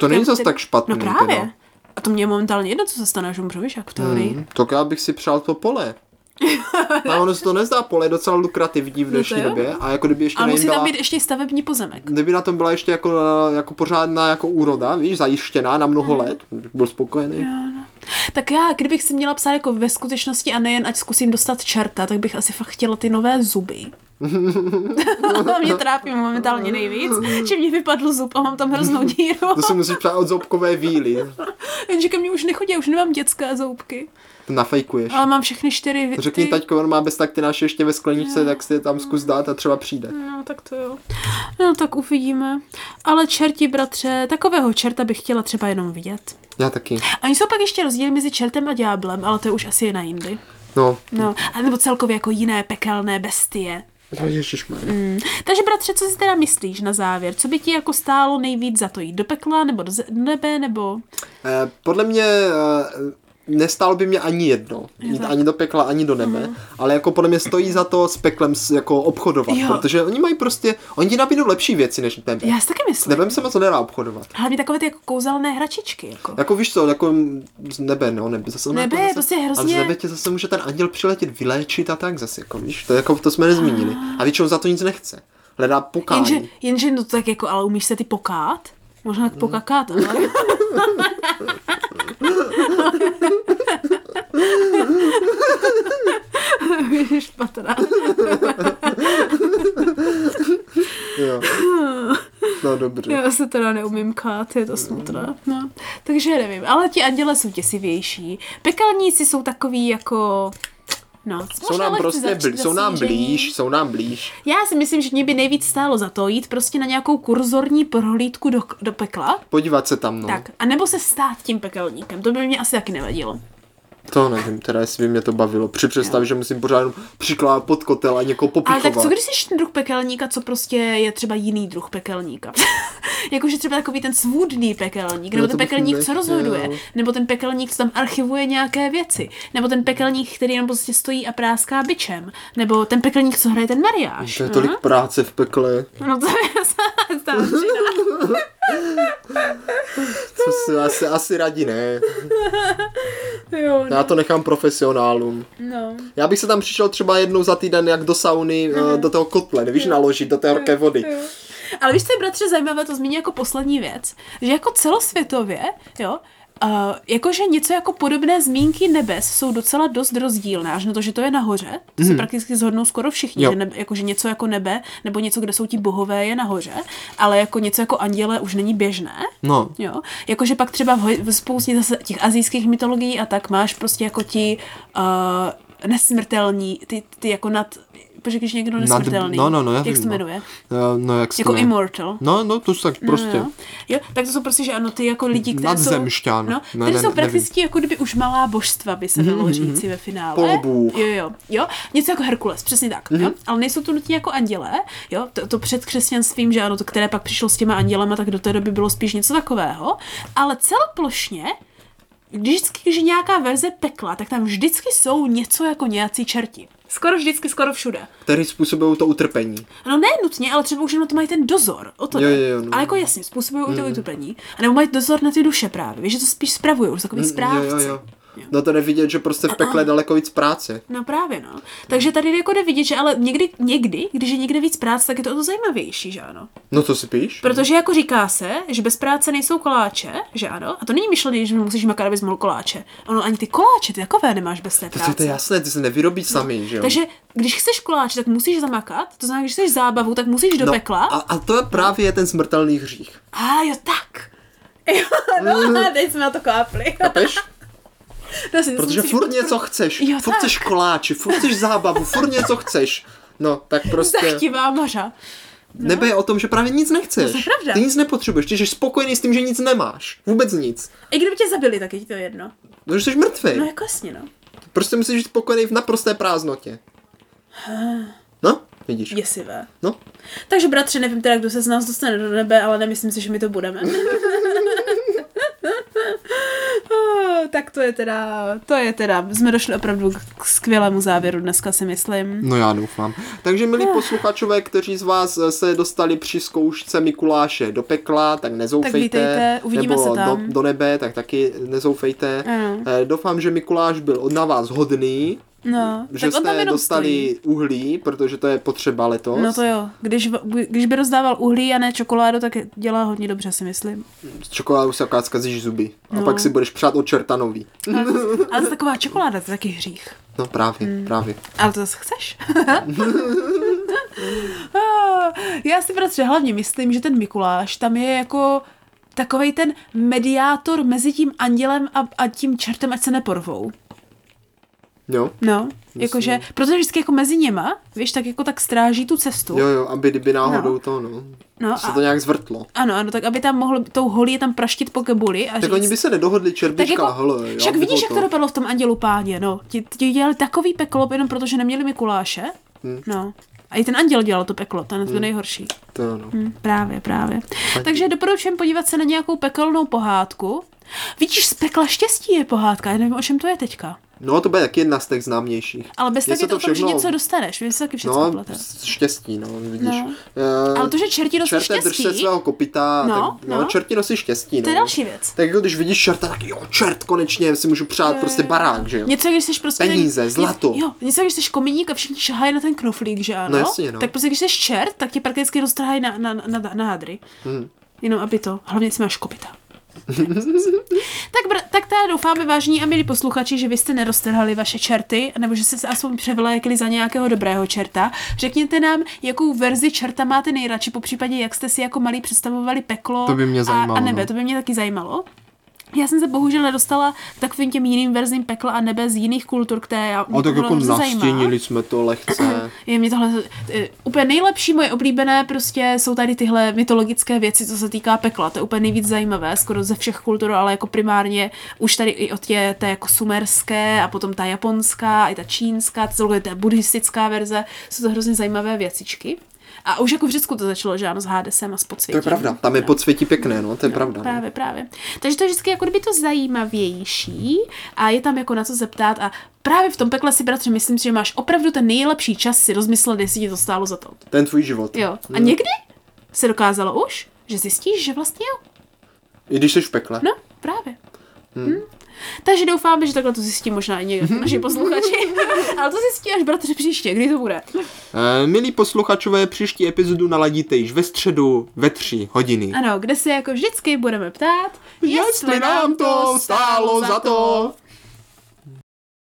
to není zas tak špatný,
No právě.
teda.
A to mě je momentálně jedno, co se stane, až umřu, víš, jak v teorii.
Hm, tak já bych si přál to pole. A ono se to nezdá, pole je docela lukrativní v dnešní
No jo.
době a jako kdyby ještě
Ale musí tam
byla,
být ještě stavební pozemek.
kdyby na tom byla ještě jako, jako pořádná jako úroda, víš, zajištěná na
Mm.
mnoho let, bych byl spokojený.
Tak já, kdybych si měla psát jako ve skutečnosti a nejen ať zkusím dostat čerta, tak bych asi fakt chtěla ty nové zuby. mě trápí momentálně nejvíc, že mě vypadl zub a mám tam hroznou díru.
To si musíš přát od zoubkové víly,
Jenže ke mně už nechodí, já už nemám dětské zoubky.
to nafejkuješ.
Ale mám všechny čtyři. vy-
Řekni
ty-
taťko, on má bez tak ty naše ještě ve skleničce, tak si je tam zkus dát a třeba přijde.
No, tak to jo. No, tak uvidíme. Ale čerti, bratře, takového čerta bych chtěla třeba jenom vidět.
Já taky.
A jsou pak ještě rozdíl mezi čertem a ďáblem, ale to je už asi je na jindy.
No.
No, a nebo celkově jako jiné pekelné bestie.
No ježišmarja.
Mm. Takže bratře, co si teda myslíš na závěr? Co by ti jako stálo nejvíc za to jít do pekla, nebo do ze- do nebe, nebo...
Eh, Podle mě eh, nestálo by mě ani jedno. Jít
tak.
ani do pekla, ani do nebe.
Mhm.
Ale jako podle mě stojí za to s peklem s- jako obchodovat.
Jo.
Protože oni mají prostě, oni ti nabídnou lepší věci než nebe.
Já si taky
S
myslím.
nebem se moc nedá obchodovat.
Hlavně takové ty jako kouzelné hračičky, jako.
Jako víš co, jako z nebe, no, nebe zase. ono
Nebe
jako zase,
je prostě
Ale z
hrozně-
nebe tě zase může ten anděl přiletět, vyléčit a tak zase, jako víš, to, jako, to jsme nezmínili. A většinou za to nic nechce. Hledá pokání.
Ah. Jenže, jenže, no tak jako, ale umíš se ty pokát? Možná tak pokakat, ale... Víš, patra.
Jo. No dobře.
Já se teda neumím kát, je to smutné. No. Takže nevím, ale ti anděle jsou děsivější. Pekelníci jsou takový jako... No,
Jsou
možná
nám
lehce
prostě
zač-
blí, jsou nám
zasnížení.
blíž, jsou nám blíž.
Já si myslím, že mě by nejvíc stálo za to jít prostě na nějakou kurzorní prohlídku do, do pekla.
Podívat se tam, no.
Tak, a nebo se stát tím pekelníkem, to by mě asi taky nevadilo.
To nevím, teda jestli by mě to bavilo. Při představě, že musím pořád jenom přikládat pod kotel a někoho
Ale
popichovat.
tak co když jsi ten druh pekelníka, co prostě je třeba jiný druh pekelníka? Jakože třeba takový ten svůdný pekelník, nebo
No, to
ten
bych
pekelník, co
nechtěl.
rozhoduje, nebo ten pekelník, co tam archivuje nějaké věci, nebo ten pekelník, který jenom prostě stojí a práská bičem, nebo ten pekelník, co hraje ten mariáš.
To je tolik práce v pekle.
No to je strašné.
Co si, asi, asi radí ne.
Jo,
Já to nechám profesionálům.
no.
Já bych se tam přišel třeba jednou za týden jak do sauny,
Mhm.
eh, do toho kotle, nevíš, naložit do té horké vody.
Ale víš, co je bratře zajímavé, to zmíní jako poslední věc, že jako celosvětově, jo, Uh, jakože něco jako podobné zmínky nebes jsou docela dost rozdílné, až na to, že to je nahoře, to se prakticky zhodnou skoro všichni,
Mhm. Jo.
že nebe, jakože něco jako nebe, nebo něco, kde jsou ti bohové, je nahoře, ale jako něco jako anděle už není běžné,
No.
Jo, jakože pak třeba v, hoj- v spoustě zase těch azijských mytologií a tak máš prostě jako ti uh, nesmrtelní, ty, ty jako nad, protože když někdo nesmrtelný,
no, no, no, já
jak
vím,
se to
no.
jmenuje?
Eh, No, jak se
Jako
to jmenuje?
immortal.
No, no, to tak prostě.
Jo, jo, tak to jsou prostě, že ano, ty jako lidi, kteří
Nadzemšťan.
jsou... No,
Ne,
kteří
ne,
jsou
nevím. Mhm,
prakticky jako kdyby už malá božstva, by se dalo říci ve finále.
Polobůh. Mhm.
Jo, jo, jo. Něco jako Herkules, přesně tak. Jo? Ale nejsou to nutně jako andělé, jo, to, to před křesťanstvím, že ano, to, které pak přišlo s těma andělama, tak do té doby bylo spíš něco takového. Ale celoplošně když vždycky, když je nějaká verze pekla, tak tam vždycky jsou něco jako nějací čerti. Skoro vždycky, skoro všude.
Který způsobují to utrpení.
No ne nutně, ale třeba už jenom to mají ten dozor. O to
Jo,
jde.
jo, jo, no. Hmm.
Ale jako jasně, způsobují mm. to utrpení. A nebo mají dozor na ty duše právě. Víš, že to spíš spravují, už jsou takový správci.
Hmm, Jo, jo, jo. No to nevidět, že prostě v pekle je daleko víc práce.
No právě, no. Takže tady jako jde vidět, že ale někdy, někdy, když je někde víc práce, tak je to o to zajímavější, že ano.
No to si píš?
Protože jako říká se, že bez práce nejsou koláče, že ano. A to není myšlený, že musíš makat, abys mohl koláče. Ono ani ty koláče, ty takové nemáš bez té
To, to, to je
práce.
jasné, ty se nevyrobí sami, že jo?
No, Takže když chceš koláče, tak musíš zamakat. To znamená, když chceš zábavu, tak musíš do
no,
pekla.
A, a to je právě ten smrtelný hřích.
A jo, tak. Jo, no, a teď jsme na to kápli.
Chápeš?
No, si-
Protože
si-
furt něco chceš.
Jo,
furt
tak.
chceš koláče, furt chceš zábavu, furt něco chceš. No, tak prostě
Zachtivá mařa.
nebe je o tom, že právě nic nechceš.
no. To je pravda.
Ty nic nepotřebuješ, ty jsi spokojený s tím, že nic nemáš. Vůbec nic.
I kdyby tě zabili, tak je ti to jedno.
Protože jsi mrtvý.
No jako jasně, no.
Prostě musíš být spokojený v naprosté prázdnotě. No, vidíš.
Děsivé.
No,
Takže bratře, nevím teda, kdo se z nás dostane do nebe, ale nemyslím si, že my to budeme. Ah, tak to je teda, to je teda, jsme došli opravdu k- k skvělému závěru dneska si myslím.
No já doufám. Takže milí
Ah.
posluchačové, kteří z vás eh, se dostali při zkoušce Mikuláše do pekla, tak nezoufejte.
vítejte, uvidíme
nebo
se tam.
Do, do nebe, tak taky nezoufejte.
Ano.
Eh, Doufám, že Mikuláš byl od na vás hodný,
No,
že
tak on tam
jste
jenom
dostali
stojí.
uhlí, protože to je potřeba letos.
No to jo, když, v- když by rozdával uhlí a ne čokoládu, tak je- dělá hodně dobře, si myslím.
S čokoládou se akorát zkazíš zuby. A
No.
pak si budeš přát o čertanový.
Ale taková čokoláda, to je taky hřích.
No právě,
Hmm.
právě.
Ale to zase chceš. Ah, Já si prostě hlavně myslím, že ten Mikuláš tam je jako takovej ten mediátor mezi tím andělem a, a tím čertem, ať se neporvou.
Jo?
No, jakože, protože vždycky jako mezi něma, víš, tak jako tak stráží tu cestu.
Jo, jo, aby kdyby náhodou
No.
to, no.
No
Se
a-
to nějak zvrtlo.
Ano, ano, tak aby tam mohl tou holí je tam praštit po kebuli a
Tak
říct, jako-
oni by se nedohodli, čerbička, hele. já
však
bych
vidíš,
ho
jak to dopadlo v tom andělu páně, no. Ti, ti dělali takový peklo, jenom protože neměli Mikuláše.
Hmm.
No. A i ten anděl dělal to peklo, ten je to nejhorší.
To jo, no.
Hm, Právě, právě. Takže doporučujem podívat se na nějakou pekelnou pohádku. Vidíš, z pekla štěstí je pohádka, já nevím, o čem to je teďka.
No, to bude taky jedna z těch známějších.
Ale bez
Mně
tak
se
je to, o tom, že
všechno-
něco dostaneš, mě se taky všechno
No,
plete.
s- štěstí, no, vidíš.
No.
Eh,
Ale to, že čerti nosí
čerte, drž se
štěstí,
svého kopita,
No,
tak, no,
no.
čerti nosí štěstí, no.
to je další věc. Eh,
Tak jako když vidíš čerta, tak jo, čert, konečně si můžu přát prostě barák, že jo.
Něco, když jsi prostě...
Peníze,
ně-
zlato.
Jo, něco, když jsi kominík a všichni šahají na ten knoflík, že ano?
No jasně, no.
Tak prostě, když jsi čert, tak ti prakticky roztrhají na, na, na, na hadry.
Hmm.
Jenom aby to, hlavně si máš kopita. Tak, br- tak teda doufáme, vážní a milí posluchači, že vy jste neroztrhali vaše čerty, nebo že jste se aspoň převlékli za nějakého dobrého čerta. Řekněte nám, jakou verzi čerta máte nejradši, po případě, jak jste si jako malí představovali peklo
To by mě zajímalo,
a, a nebe.
no.
To by mě taky zajímalo. Já jsem se bohužel nedostala k takovým těm jiným verzím pekla a nebe z jiných kultur, které já
A tak
mě
jako
hrozně
nastínili jsme to lehce.
je mě tohle eh, úplně nejlepší, moje oblíbené prostě jsou tady tyhle mytologické věci, co se týká pekla. To je úplně nejvíc zajímavé, skoro ze všech kultur, ale jako primárně už tady i od tě, té jako sumerské a potom ta japonská, i ta čínská, to jsou ta buddhistická verze, jsou to hrozně zajímavé věcičky. A už jako v Řecku to začalo, že ano, s Hadesem a s
To
podsvětím.
je pravda, tam je podsvětí pěkné, no, to je pravda. no.
Právě, právě. Takže to je vždycky jako kdyby to zajímavější a je tam jako na co zeptat a právě v tom pekle si, bratře, myslím si, že máš opravdu ten nejlepší čas si rozmyslet, jestli ti to stálo za to.
Ten tvůj život.
Jo. A někdy se dokázalo už, že zjistíš, že vlastně jo.
I když jsi v pekle.
No, právě. Hm. Takže doufáme, že takhle to zjistí možná i někdo naši posluchači. Ale to zjistí až bratře příště, kdy to bude.
Eh, Milí posluchačové, příští epizodu naladíte již ve středu ve tři hodiny.
Ano, kde se jako vždycky budeme ptát,
Jestli nám to stálo za to.